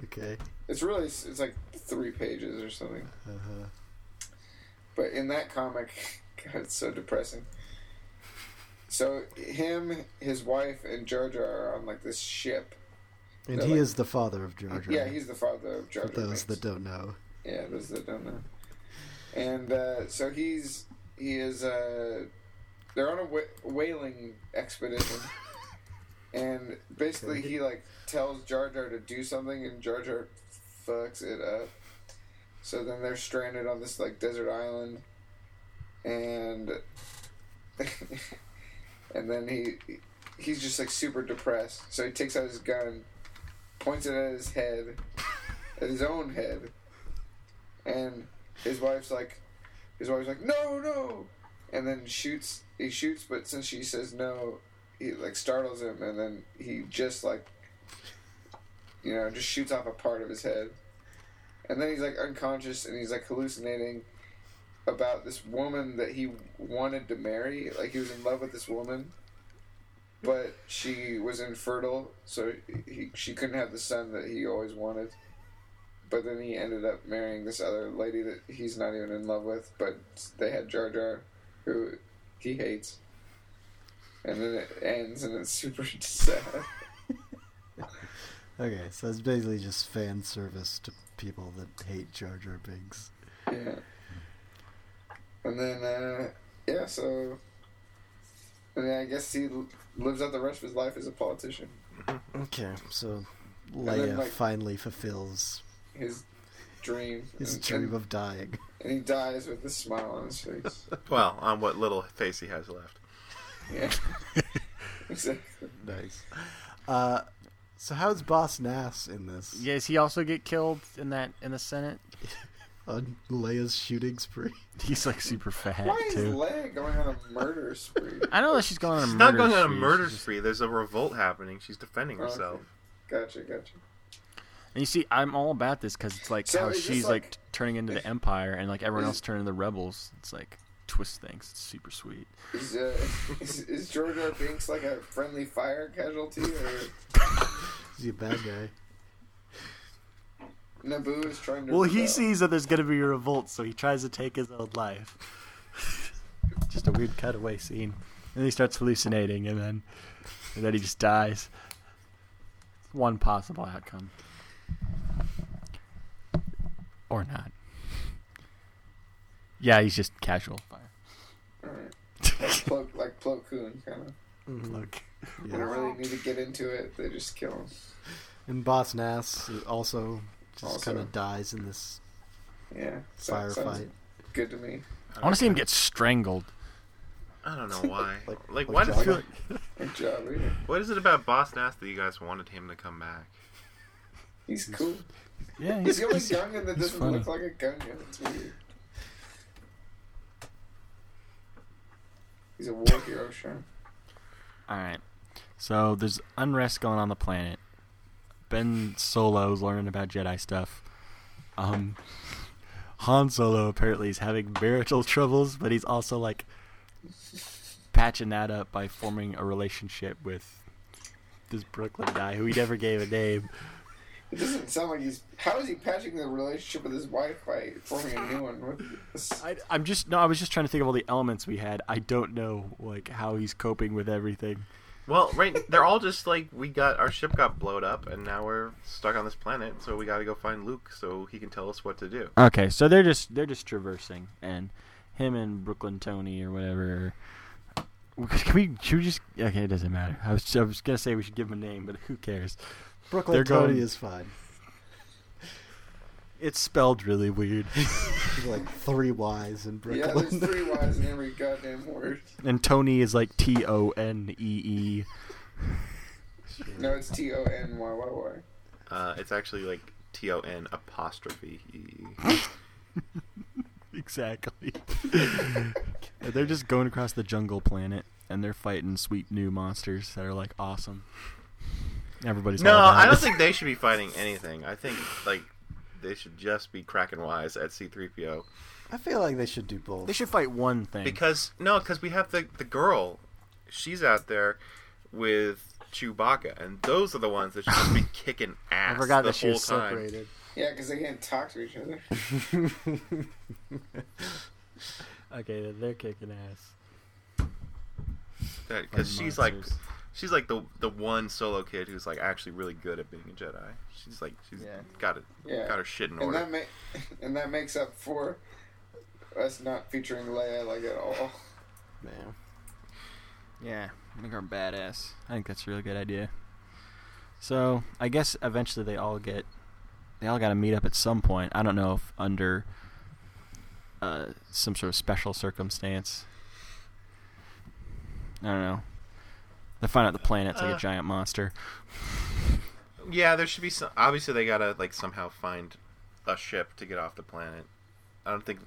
Speaker 4: Okay.
Speaker 5: It's really it's like three pages or something.
Speaker 4: Uh-huh.
Speaker 5: But in that comic, God, it's so depressing. So him, his wife, and Jar Jar are on like this ship.
Speaker 4: And
Speaker 5: They're
Speaker 4: he
Speaker 5: like-
Speaker 4: is the father of George R.
Speaker 5: Yeah, he's the father of Jar
Speaker 4: For
Speaker 5: Jar. Binks.
Speaker 4: those that don't know.
Speaker 5: Yeah, those that don't know. And uh, so he's he is uh, they're on a wh- whaling expedition, and basically he like tells Jar Jar to do something, and Jar Jar fucks it up. So then they're stranded on this like desert island, and and then he he's just like super depressed. So he takes out his gun, points it at his head, at his own head, and his wife's like, his wife's like, no, no, and then shoots. He shoots, but since she says no, he like startles him, and then he just like, you know, just shoots off a part of his head, and then he's like unconscious, and he's like hallucinating about this woman that he wanted to marry. Like he was in love with this woman, but she was infertile, so he, she couldn't have the son that he always wanted but then he ended up marrying this other lady that he's not even in love with, but they had Jar Jar, who he hates. And then it ends, and it's super sad.
Speaker 4: Okay, so it's basically just fan service to people that hate George R. Biggs.
Speaker 5: Yeah. And then, uh, yeah, so. And then I guess he l- lives out the rest of his life as a politician.
Speaker 4: Okay, so
Speaker 5: then,
Speaker 4: Leia
Speaker 5: like-
Speaker 4: finally fulfills
Speaker 5: His dream.
Speaker 4: his
Speaker 5: and,
Speaker 4: dream
Speaker 5: and-
Speaker 4: of dying.
Speaker 5: and he dies with a smile on his face.
Speaker 2: Well, on what little face he has left.
Speaker 5: yeah. exactly.
Speaker 4: Nice. Uh, so how's Boss Nass in this?
Speaker 3: Yeah, does he also get killed in that in the Senate?
Speaker 4: On Leia's shooting spree?
Speaker 3: He's like super fat
Speaker 5: Why is
Speaker 3: too.
Speaker 5: Leia going on a murder spree?
Speaker 3: I know that she's going on a
Speaker 2: She's not
Speaker 3: murder.
Speaker 2: going on a
Speaker 3: spree.
Speaker 2: murder
Speaker 3: She's just-
Speaker 2: spree. There's a revolt happening. She's defending
Speaker 5: Okay.
Speaker 2: herself.
Speaker 5: Gotcha, gotcha.
Speaker 3: And you see, I'm all about this because it's like
Speaker 5: So
Speaker 3: how
Speaker 5: is this
Speaker 3: she's
Speaker 5: like-
Speaker 3: like, t- turning into the Empire and like everyone
Speaker 5: is-
Speaker 3: else turning into the rebels. It's like twist things. It's super sweet.
Speaker 5: Is, uh, is, is George R. Binks like a friendly fire casualty, or
Speaker 4: Is he a bad guy?
Speaker 5: Naboo is trying to?
Speaker 3: Well, he
Speaker 5: rebel?
Speaker 3: sees that there's gonna be a revolt, so he tries to take his own life. just a weird cutaway scene. And he starts hallucinating, and then and then he just dies. One possible outcome, or not. Yeah, he's just casual fire.
Speaker 5: Plo, like Plo Koon, kind of.
Speaker 3: Look,
Speaker 5: They don't really need to get into it. They just kill him.
Speaker 4: And Boss Nass also just
Speaker 5: Also.
Speaker 4: kind of dies in this
Speaker 5: Yeah, so-
Speaker 4: firefight.
Speaker 5: sounds good to me.
Speaker 3: I want to see him get strangled.
Speaker 2: I don't know why.
Speaker 4: Like-
Speaker 2: like,
Speaker 4: like
Speaker 2: why does
Speaker 4: Jabba.
Speaker 5: Good job. yeah.
Speaker 2: what is it about Boss Nass that you guys wanted him to come back?
Speaker 5: He's cool.
Speaker 3: Yeah,
Speaker 5: He's the only Gungan that
Speaker 3: he's
Speaker 5: doesn't
Speaker 3: funny.
Speaker 5: look like a Gungan. It's weird. He's a war hero, sure.
Speaker 3: All right. So there's unrest going on the planet. Ben Solo's learning about Jedi stuff. Um, Han Solo apparently is having marital troubles, but he's also like patching that up by forming a relationship with this Brooklyn guy who he never gave a name.
Speaker 5: It doesn't sound like he's. How is he patching the relationship with his wife by forming a new one? With this?
Speaker 3: I, I'm just no. I was just trying to think of all the elements we had. I don't know like how he's coping with everything.
Speaker 2: Well, right, they're all just like we got our ship got blowed up, and now we're stuck on this planet. So we got to go find Luke so he can tell us what to do.
Speaker 3: Okay, so they're just they're just traversing, and him and Brooklyn Tony or whatever. Can we? Should we just? Okay, it doesn't matter. I was I was gonna say we should give him a name, but who cares?
Speaker 4: Brooklyn
Speaker 3: They're
Speaker 4: Tony
Speaker 3: going-
Speaker 4: is fine.
Speaker 3: It's spelled really weird.
Speaker 4: There's like three Y's in
Speaker 5: Yeah, there's
Speaker 4: Brooklyn.
Speaker 5: three Y's in every goddamn word.
Speaker 3: and Tony is like T O N E E.
Speaker 5: No, it's T O N Y Y Y.
Speaker 2: Uh, it's actually like T O N apostrophe E.
Speaker 3: Exactly. they're just going across the jungle planet, and they're fighting sweet new monsters that are like awesome. Everybody's
Speaker 2: No,
Speaker 3: all about
Speaker 2: I don't
Speaker 3: it.
Speaker 2: think they should be fighting anything. I think like they should just be cracking wise at C three PO
Speaker 4: I feel like they should do both.
Speaker 3: they should fight one thing.
Speaker 2: because no, because we have the the girl, she's out there with Chewbacca, and those are the ones that should just be kicking ass.
Speaker 3: I forgot
Speaker 2: the
Speaker 3: that she
Speaker 2: whole
Speaker 3: was
Speaker 2: time.
Speaker 4: separated.
Speaker 5: Yeah, because they can't talk to each other.
Speaker 3: okay, they're- they're kicking ass.
Speaker 2: Because she's like,
Speaker 3: monsters.
Speaker 2: she's like the the one solo kid who's like actually really good at being a Jedi. She's like she's
Speaker 5: Yeah.
Speaker 2: got it,
Speaker 5: Yeah.
Speaker 2: got her shit in
Speaker 5: And
Speaker 2: order.
Speaker 5: that ma- and that makes up for us not featuring Leia like at all.
Speaker 4: Man.
Speaker 3: Yeah, make her badass. I think that's a really good idea. So I guess eventually they all get, they all got to meet up at some point. I don't know if under uh, some sort of special circumstance. I don't know. They find out the planet's like
Speaker 2: Uh.
Speaker 3: a giant monster.
Speaker 2: Yeah, there should be some. Obviously, they gotta like somehow find a ship to get off the planet. I don't think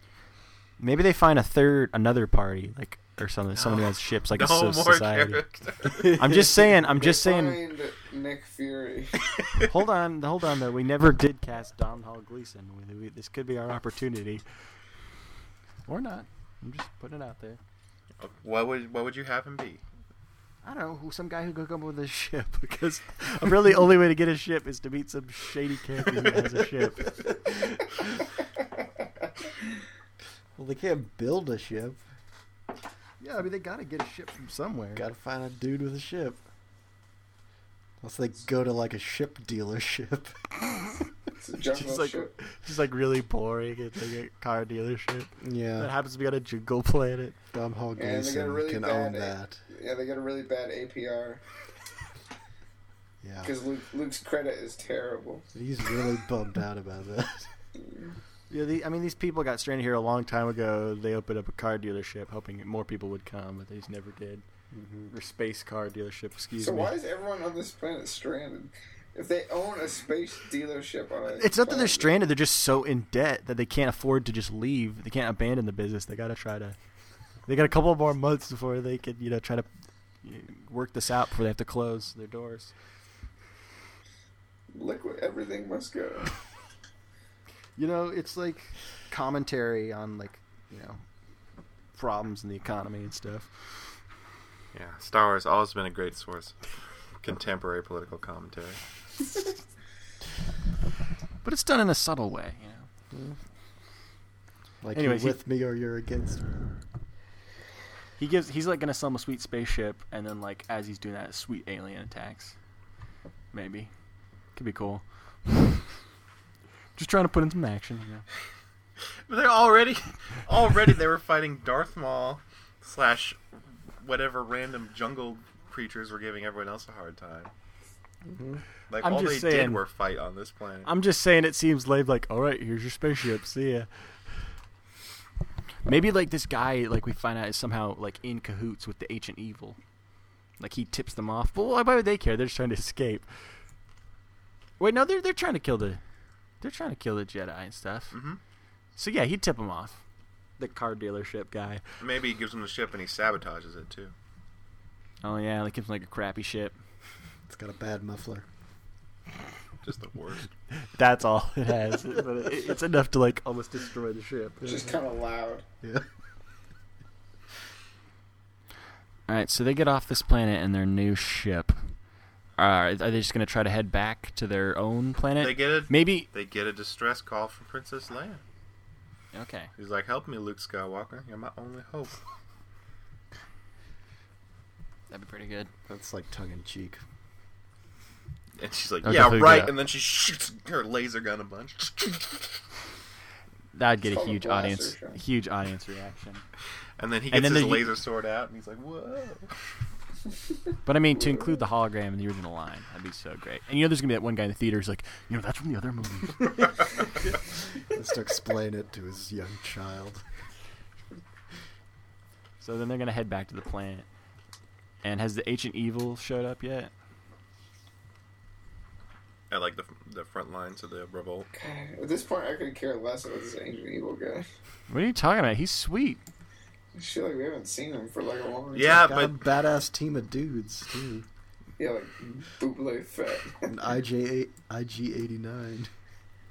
Speaker 3: Maybe they find a third, another party, like or something. Somebody has ships, like a
Speaker 2: no
Speaker 3: so-
Speaker 2: more
Speaker 3: society.
Speaker 2: characters.
Speaker 3: I'm just saying. I'm
Speaker 5: They
Speaker 3: just saying.
Speaker 5: Find Nick Fury.
Speaker 3: Hold on, hold on though. We never did cast Don Hall Gleason. We- we- This could be our opportunity, or not. I'm just putting it out there.
Speaker 2: What would what would you have him be?
Speaker 6: I don't know who some guy who could come up with a ship.
Speaker 3: Because really, only way to get a ship is to meet some shady character who has a ship.
Speaker 4: Well, they can't build a ship.
Speaker 6: Yeah, I mean they gotta get a ship from somewhere.
Speaker 4: Gotta find a dude with a ship. Unless they go to like a ship dealership.
Speaker 5: It's a jungle
Speaker 3: She's like-
Speaker 5: ship.
Speaker 3: Just like really boring. It's like a car dealership that
Speaker 4: yeah.
Speaker 3: happens to be on a jungle planet.
Speaker 4: Dom Hall
Speaker 5: they got
Speaker 4: Gleason
Speaker 5: really
Speaker 4: can
Speaker 5: bad
Speaker 4: own
Speaker 5: at-
Speaker 4: that.
Speaker 5: Yeah, they got a really bad APR
Speaker 4: Yeah.
Speaker 5: because Luke, Luke's credit is terrible.
Speaker 4: He's really bummed out about that.
Speaker 3: Yeah, the, I mean, these people got stranded here a long time ago. They opened up a car dealership, hoping more people would come, but they just never did. Or space car dealership, excuse
Speaker 5: so
Speaker 3: me.
Speaker 5: why is everyone on this planet stranded? If they own a space dealership on it,
Speaker 3: It's not that they're stranded; they're just so in debt that they can't afford to just leave. They can't abandon the business. They gotta try to. They got a couple more months before they can, you know, try to you know, work this out before they have to close their doors.
Speaker 5: Liquid, everything must go.
Speaker 6: You know, it's like commentary on like you know
Speaker 3: Problems in the economy and stuff.
Speaker 2: Yeah, Star Wars always been a great source of contemporary political commentary.
Speaker 3: But it's done in a subtle way, you know.
Speaker 4: Like
Speaker 3: Anyways, he-
Speaker 4: you're with me or you're against me.
Speaker 3: He gives. He's like gonna sell him a sweet spaceship, and then like as he's doing that, a sweet alien attacks. Maybe, could be cool. just trying to put in some action, you know.
Speaker 2: But they're already already they were fighting Darth Maul slash whatever random jungle creatures were giving everyone else a hard time. Like
Speaker 3: Mm-hmm. I'm
Speaker 2: all they
Speaker 3: just
Speaker 2: did
Speaker 3: saying-
Speaker 2: were fight on this planet.
Speaker 3: I'm just saying it seems lame. Like, all right, here's your spaceship. See ya. Maybe like this guy, like we find out, is somehow like in cahoots with the ancient evil. Like he tips them off. But why why would they care? They're just trying to escape. Wait, no, they're they're trying to kill the, they're trying to kill the Jedi and stuff.
Speaker 2: Mhm.
Speaker 3: So yeah, he'd tip them off. Mm-hmm. The car dealership guy.
Speaker 2: Maybe he gives them the ship and he sabotages it too.
Speaker 3: Oh yeah, like gives him like a crappy ship.
Speaker 4: It's got a bad muffler.
Speaker 2: Just the worst.
Speaker 3: That's all it has. but it, it's enough to like almost destroy the ship.
Speaker 5: It's just kind of loud.
Speaker 4: Yeah.
Speaker 3: All right, so they get off this planet in their new ship. Uh, are they just going to try to head back to their own planet?
Speaker 2: They get a
Speaker 3: Maybe.
Speaker 2: they get a distress call from Princess Leia.
Speaker 3: Okay.
Speaker 2: He's like, "Help me, Luke Skywalker. You're my only hope."
Speaker 7: That'd be pretty good.
Speaker 4: That's like tongue in cheek.
Speaker 2: And she's like,
Speaker 3: I'll
Speaker 2: yeah,
Speaker 3: definitely do
Speaker 2: right.
Speaker 3: that.
Speaker 2: And then she shoots her laser gun a bunch.
Speaker 3: That'd get a
Speaker 5: It's called a
Speaker 3: huge
Speaker 5: blaster
Speaker 3: audience,
Speaker 5: shot.
Speaker 3: huge audience reaction.
Speaker 2: And then he gets
Speaker 3: And then
Speaker 2: his
Speaker 3: the-
Speaker 2: laser sword out, and he's like, whoa.
Speaker 3: But I mean, to include the hologram in the original line, that'd be so great. And you know, there's gonna be that one guy in the theater who's like, you know, that's from the other movie.
Speaker 4: Has to explain it to his young child.
Speaker 3: so then they're gonna head back to the planet. And has the ancient evil showed up yet?
Speaker 2: At like the the front lines of the revolt.
Speaker 5: At this point, I could care less about this ancient evil guy.
Speaker 3: What are you talking about? He's sweet.
Speaker 5: I feel like we haven't seen him for like a long time.
Speaker 2: Yeah,
Speaker 4: Got a
Speaker 2: but
Speaker 4: badass team of dudes too.
Speaker 5: Yeah, like bootleg fat.
Speaker 4: And IJ IG eighty nine.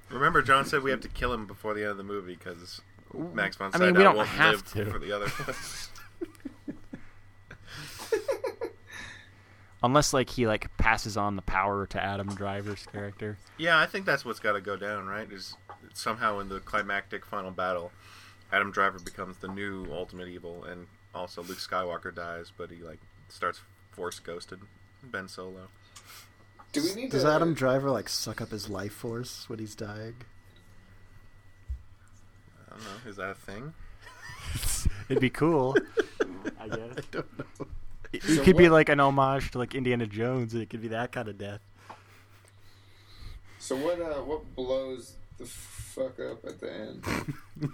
Speaker 2: remember, John said we have to kill him before the end of the movie because Max von
Speaker 3: I
Speaker 2: Sydow
Speaker 3: mean, we don't
Speaker 2: won't
Speaker 3: have
Speaker 2: live
Speaker 3: to.
Speaker 2: for the other.
Speaker 3: Unless like he like passes on the power to Adam Driver's character.
Speaker 2: yeah, I think that's what's got to go down, right? Is somehow in the climactic final battle, Adam Driver becomes the new ultimate evil, and also Luke Skywalker dies, but he like starts force ghosted Ben Solo.
Speaker 5: Do we need
Speaker 4: Does
Speaker 5: to uh,
Speaker 4: Adam Driver like suck up his life force when he's dying?
Speaker 2: I don't know. Is that a thing?
Speaker 3: It'd be cool. I guess.
Speaker 4: Don't know.
Speaker 3: It,
Speaker 5: So
Speaker 3: it could be
Speaker 5: what-
Speaker 3: like an homage to like Indiana Jones, and it could be that kind of death.
Speaker 5: So what? Uh, what blows the fuck up at the end?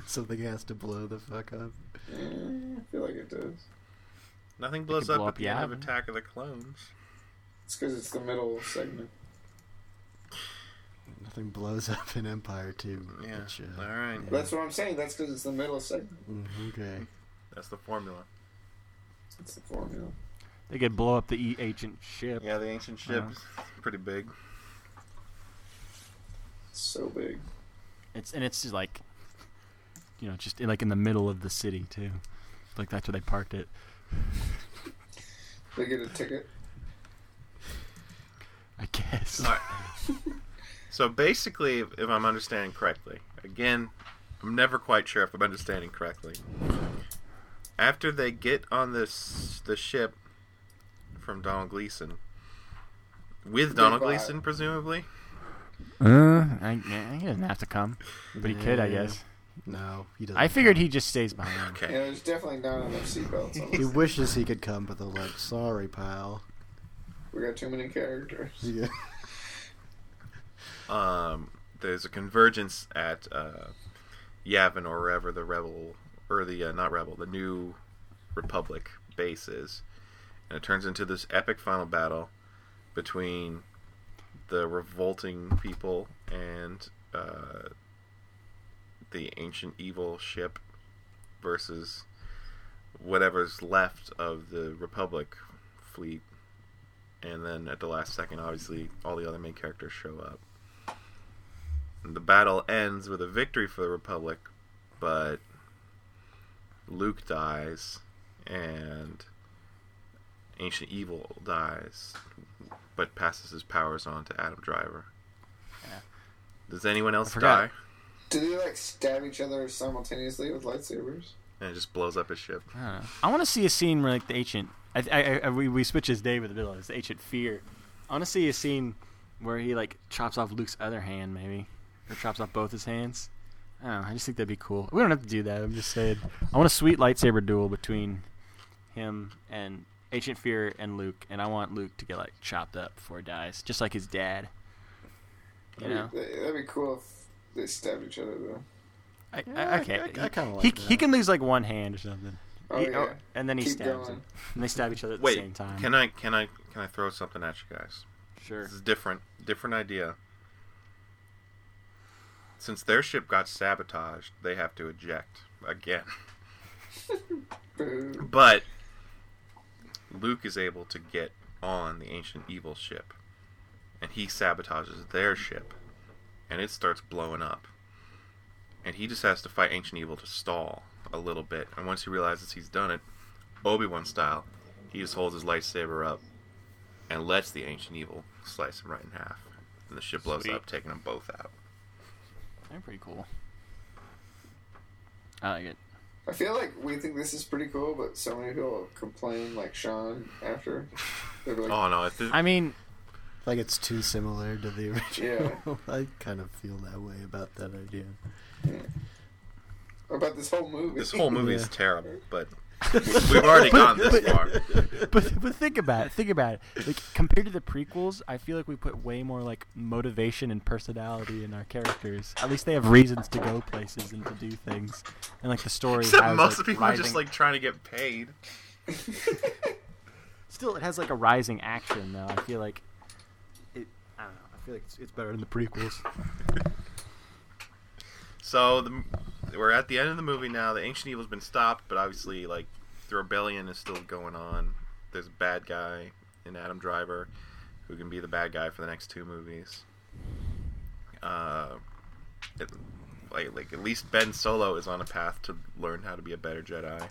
Speaker 4: Something has to blow the fuck up.
Speaker 5: Eh, I feel like it does.
Speaker 2: Nothing blows
Speaker 3: could
Speaker 2: up
Speaker 3: blow
Speaker 2: at
Speaker 3: up
Speaker 2: the
Speaker 3: the
Speaker 2: end of
Speaker 3: atom.
Speaker 2: Attack of the Clones.
Speaker 5: It's because it's the middle segment.
Speaker 4: Nothing blows up in Empire Two.
Speaker 2: Yeah.
Speaker 4: It should.
Speaker 2: All right.
Speaker 5: That's what I'm saying. That's because it's the middle segment.
Speaker 4: Mm, Okay.
Speaker 2: That's the formula.
Speaker 5: It's the formula.
Speaker 3: They could blow up the e- ancient ship.
Speaker 2: Yeah, the ancient
Speaker 3: Yeah.
Speaker 2: ship's pretty big.
Speaker 5: It's so big.
Speaker 3: It's and it's just like, you know, just in, like in the middle of the city too. Like that's where they parked it.
Speaker 5: They get a ticket.
Speaker 3: I guess.
Speaker 2: All right. so basically, if, if I'm understanding correctly, again, I'm never quite sure if I'm understanding correctly. After they get on this the ship from Donald Gleason, with Donald
Speaker 5: Goodbye.
Speaker 2: Gleason presumably,
Speaker 3: Uh, I, yeah, he doesn't have to come, but he could, I
Speaker 4: Yeah.
Speaker 3: guess.
Speaker 4: No, he doesn't.
Speaker 3: I figured he just stays behind.
Speaker 5: Yeah,
Speaker 2: okay,
Speaker 5: there's definitely not enough seatbelts. on
Speaker 4: He
Speaker 5: this.
Speaker 4: wishes he could come, but they're like, sorry, pal.
Speaker 5: we got too many characters.
Speaker 4: Yeah.
Speaker 2: um, there's a convergence at uh, Yavin or wherever the rebel or the uh, not rebel, the new Republic base is, and it turns into this epic final battle between the revolting people and uh, the ancient evil ship versus whatever's left of the Republic fleet. And then at the last second, obviously, all the other main characters show up. And the battle ends with a victory for the Republic, but Luke dies and Ancient Evil dies, but passes his powers on to Adam Driver.
Speaker 3: Yeah.
Speaker 2: Does anyone else die?
Speaker 3: forgot.
Speaker 5: Do they like stab each other simultaneously with lightsabers?
Speaker 2: And it just blows up his ship.
Speaker 3: I don't know. I want to see a scene where like the ancient. I, I, I we, we switch his day with the middle. It's the ancient fear. I want to see a scene where he like chops off Luke's other hand, maybe, or chops off both his hands. I don't know. I just think that'd be cool. We don't have to do that. I'm just saying. I want a sweet lightsaber duel between him and Ancient Fear and Luke, and I want Luke to get like chopped up before he dies, just like his dad. You know.
Speaker 5: That'd be, that'd be cool if they stabbed each other though.
Speaker 3: I,
Speaker 4: Yeah, I-
Speaker 3: I, okay.
Speaker 4: I- I kinda
Speaker 3: He-
Speaker 4: like
Speaker 3: he, he
Speaker 4: that.
Speaker 3: can lose like one hand or something.
Speaker 5: Oh,
Speaker 3: He-
Speaker 5: yeah.
Speaker 3: oh, and then he
Speaker 5: Keep
Speaker 3: stabs
Speaker 5: going.
Speaker 3: him. And they stab each other at
Speaker 2: Wait,
Speaker 3: the same time.
Speaker 2: can I can I can I throw something at you guys?
Speaker 3: Sure.
Speaker 2: This is different, different idea. Since their ship got sabotaged, they have to eject again.
Speaker 5: Boo.
Speaker 2: But Luke is able to get on the ancient evil ship, and he sabotages their ship, and it starts blowing up. And he just has to fight ancient evil to stall a little bit. And once he realizes he's done it, Obi Wan style, he just holds his lightsaber up and lets the ancient evil slice him right in half. And the ship blows
Speaker 3: Sweet.
Speaker 2: up, taking them both out.
Speaker 3: They're pretty cool. I like it.
Speaker 5: I feel like we think this is pretty cool, but so many people complain, like Sean, after. They're like,
Speaker 2: Oh no, if this,
Speaker 3: I mean,
Speaker 4: Like it's too similar to the original.
Speaker 5: Yeah.
Speaker 4: I kind of feel that way about that idea.
Speaker 5: about this whole movie.
Speaker 2: this whole movie is
Speaker 4: Yeah.
Speaker 2: terrible, but we've already gone this far.
Speaker 3: but but think about it. Think about it. Like compared to the prequels, I feel like we put way more like motivation and personality in our characters. At least they have reasons to go places and to do things. And like the story
Speaker 2: Except
Speaker 3: has,
Speaker 2: most
Speaker 3: like,
Speaker 2: of people are just
Speaker 3: rising-
Speaker 2: like trying to get paid.
Speaker 3: still it has like a rising action though. I feel like it I don't know. I feel like it's, it's better than the prequels.
Speaker 2: So the, we're at the end of the movie now. The ancient evil's been stopped, but obviously, like the rebellion is still going on. There's a bad guy in Adam Driver, who can be the bad guy for the next two movies. Uh, it, like, like at least Ben Solo is on a path to learn how to be a better Jedi.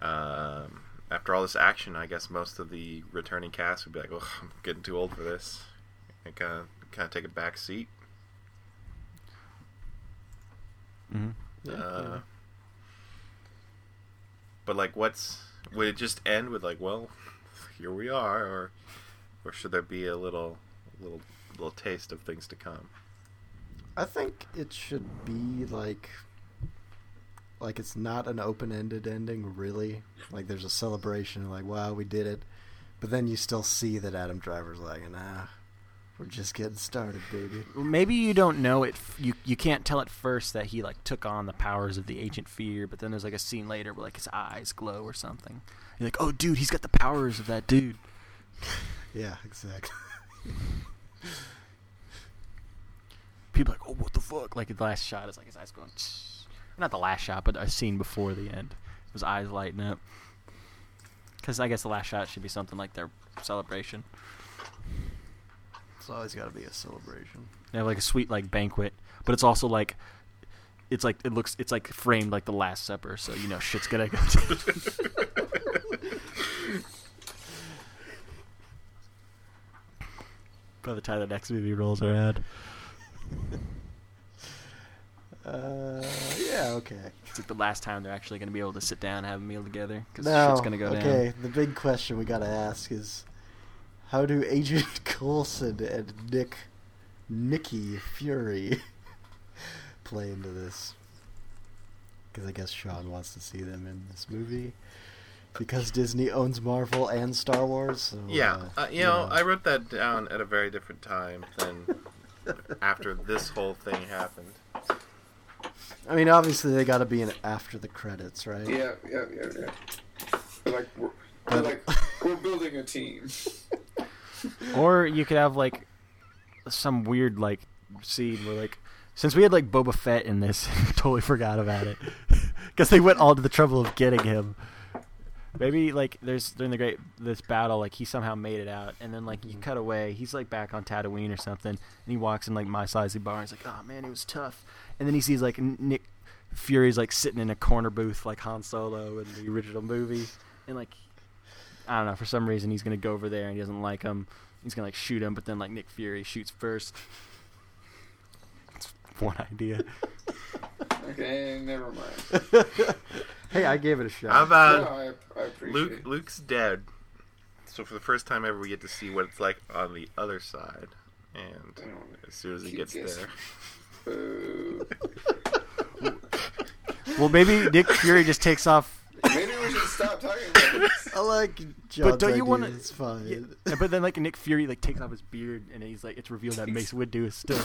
Speaker 2: Um, after all this action, I guess most of the returning cast would be like, "Oh, I'm getting too old for this," and kind of kind of take a back seat. Uh, but like, what's would it just end with like, well, here we are, or or should there be a little little little taste of things to come?
Speaker 4: I think it should be like like it's not an open-ended ending really. Like there's a celebration like wow, we did it. But then you still see that Adam Driver's like, "Nah, we're just getting started, baby."
Speaker 3: Well, Maybe you don't know it. F- you you can't tell at first that he like took on the powers of the ancient fear, but then there's like a scene later where like his eyes glow or something. You're like, oh, dude, he's got the powers of that dude.
Speaker 4: Yeah, exactly.
Speaker 3: People are like, oh, what the fuck? Like the last shot is like his eyes going. "Tsh." Not the last shot, but a scene before the end, his eyes lighting up. Because I guess the last shot should be something like their celebration.
Speaker 4: It's always got to be a celebration.
Speaker 3: They have like a sweet like banquet, but it's also like it's like it looks it's like framed like the Last Supper, so you know shit's gonna go. down. By the time the next movie rolls around,
Speaker 4: Uh, yeah, okay.
Speaker 3: it's like the last time they're actually gonna be able to sit down and have a meal together because
Speaker 4: Now,
Speaker 3: shit's gonna go
Speaker 4: okay,
Speaker 3: down.
Speaker 4: the big question we got to ask is how do Agent Coulson and Nick Nicky Fury play into this? Because I guess Sean wants to see them in this movie. Because Disney owns Marvel and Star Wars. So,
Speaker 2: Yeah,
Speaker 4: uh,
Speaker 2: uh, you know, I wrote that down at a very different time than after this whole thing happened.
Speaker 4: I mean, obviously they got to be in after the credits, right?
Speaker 5: Yeah, yeah, yeah, yeah. They're like, we're, they're like, we're building a team.
Speaker 3: Or you could have like some weird like scene where like since we had like Boba Fett in this, totally forgot about it because they went all to the trouble of getting him. Maybe like there's during the great this battle, like he somehow made it out, and then like you cut away, he's like back on Tatooine or something, and he walks in like my sizey bar, and he's like, "Oh man, it was tough," and then he sees like N- Nick Fury's like sitting in a corner booth like Han Solo in the original movie, and like I don't know for some reason he's gonna go over there and he doesn't like him, he's gonna like shoot him, but then like Nick Fury shoots first. It's one idea.
Speaker 5: Okay, never mind.
Speaker 6: Hey, I gave it a shot.
Speaker 2: How
Speaker 5: No,
Speaker 2: about
Speaker 5: I, I appreciate
Speaker 2: Uh, Luke?
Speaker 5: it.
Speaker 2: Luke's dead, so for the first time ever, we get to see what it's like on the other side.
Speaker 5: I
Speaker 2: And
Speaker 5: don't
Speaker 2: as soon as he
Speaker 5: Keep
Speaker 2: gets
Speaker 5: guessing.
Speaker 2: there,
Speaker 5: Boo.
Speaker 3: Well, maybe Nick Fury just takes off. uh,
Speaker 5: Maybe we should stop talking about this.
Speaker 4: I like John's
Speaker 3: don't you wanna-
Speaker 4: idea, It's fine.
Speaker 3: Yeah, but then like Nick Fury like takes off his beard and he's like it's revealed that Mace Windu is still.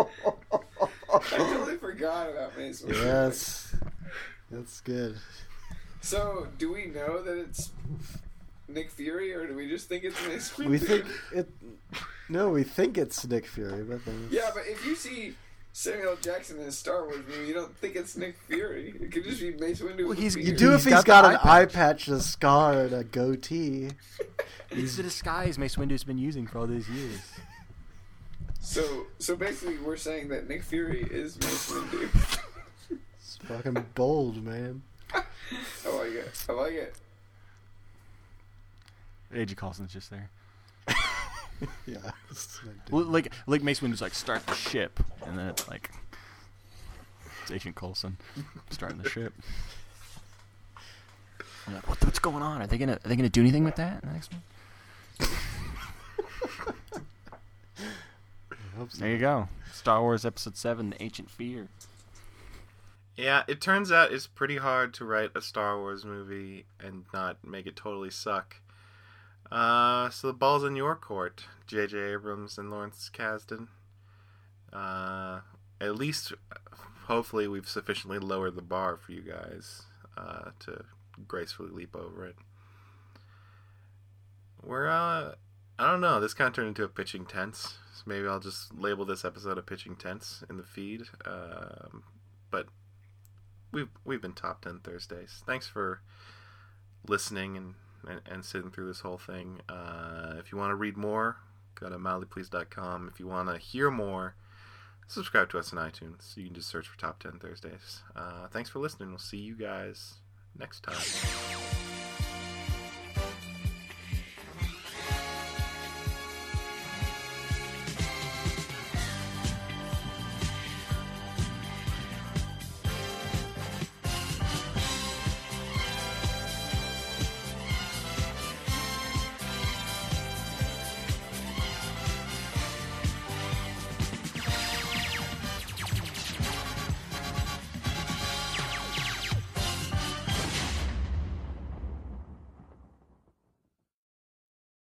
Speaker 5: I totally forgot about Mace Windu.
Speaker 4: Yes, that's good.
Speaker 5: So, do we know that it's Nick Fury, or do we just think it's Mace Windu?
Speaker 4: We think it. No, we think it's Nick Fury, but then it's-
Speaker 5: Yeah, but if you see Samuel Jackson in a Star Wars movie, you don't think it's Nick Fury. It could just be Mace Windu. with
Speaker 3: he's-
Speaker 5: a
Speaker 4: you
Speaker 5: beard.
Speaker 4: do
Speaker 3: He's
Speaker 4: if he's
Speaker 3: got the
Speaker 4: got, an
Speaker 3: eye
Speaker 4: eye patch, and a scar, and a goatee.
Speaker 3: it's the disguise Mace Windu's been using for all these years.
Speaker 5: So, so basically, we're saying that Nick Fury is Mace Windu.
Speaker 4: It's fucking bold, man.
Speaker 5: I like it. I like it.
Speaker 3: AJ Coulson's just there.
Speaker 4: Yeah. it's like, dude,
Speaker 3: Well, like like Mace Windu's like start the ship and then it's like Agent Coulson starting the ship. I'm like, what, the- what's going on? Are they gonna are they gonna do anything with that in the next one? There you go. Star Wars Episode Seven: The Ancient Fear.
Speaker 2: Yeah, it turns out it's pretty hard to write a Star Wars movie and not make it totally suck. Uh, so the ball's in your court, J.J. Abrams and Lawrence Kasdan. Uh, at least, hopefully, we've sufficiently lowered the bar for you guys uh, to gracefully leap over it. We're, uh, I don't know, this kind of turned into a pitching tense. So maybe I'll just label this episode a pitching tense in the feed. Um, but we've we've been top 10 thursdays thanks for listening and and, and sitting through this whole thing uh, if you want to read more go to mildlypleased.com if you want to hear more subscribe to us on itunes you can just search for top 10 thursdays uh, thanks for listening we'll see you guys next time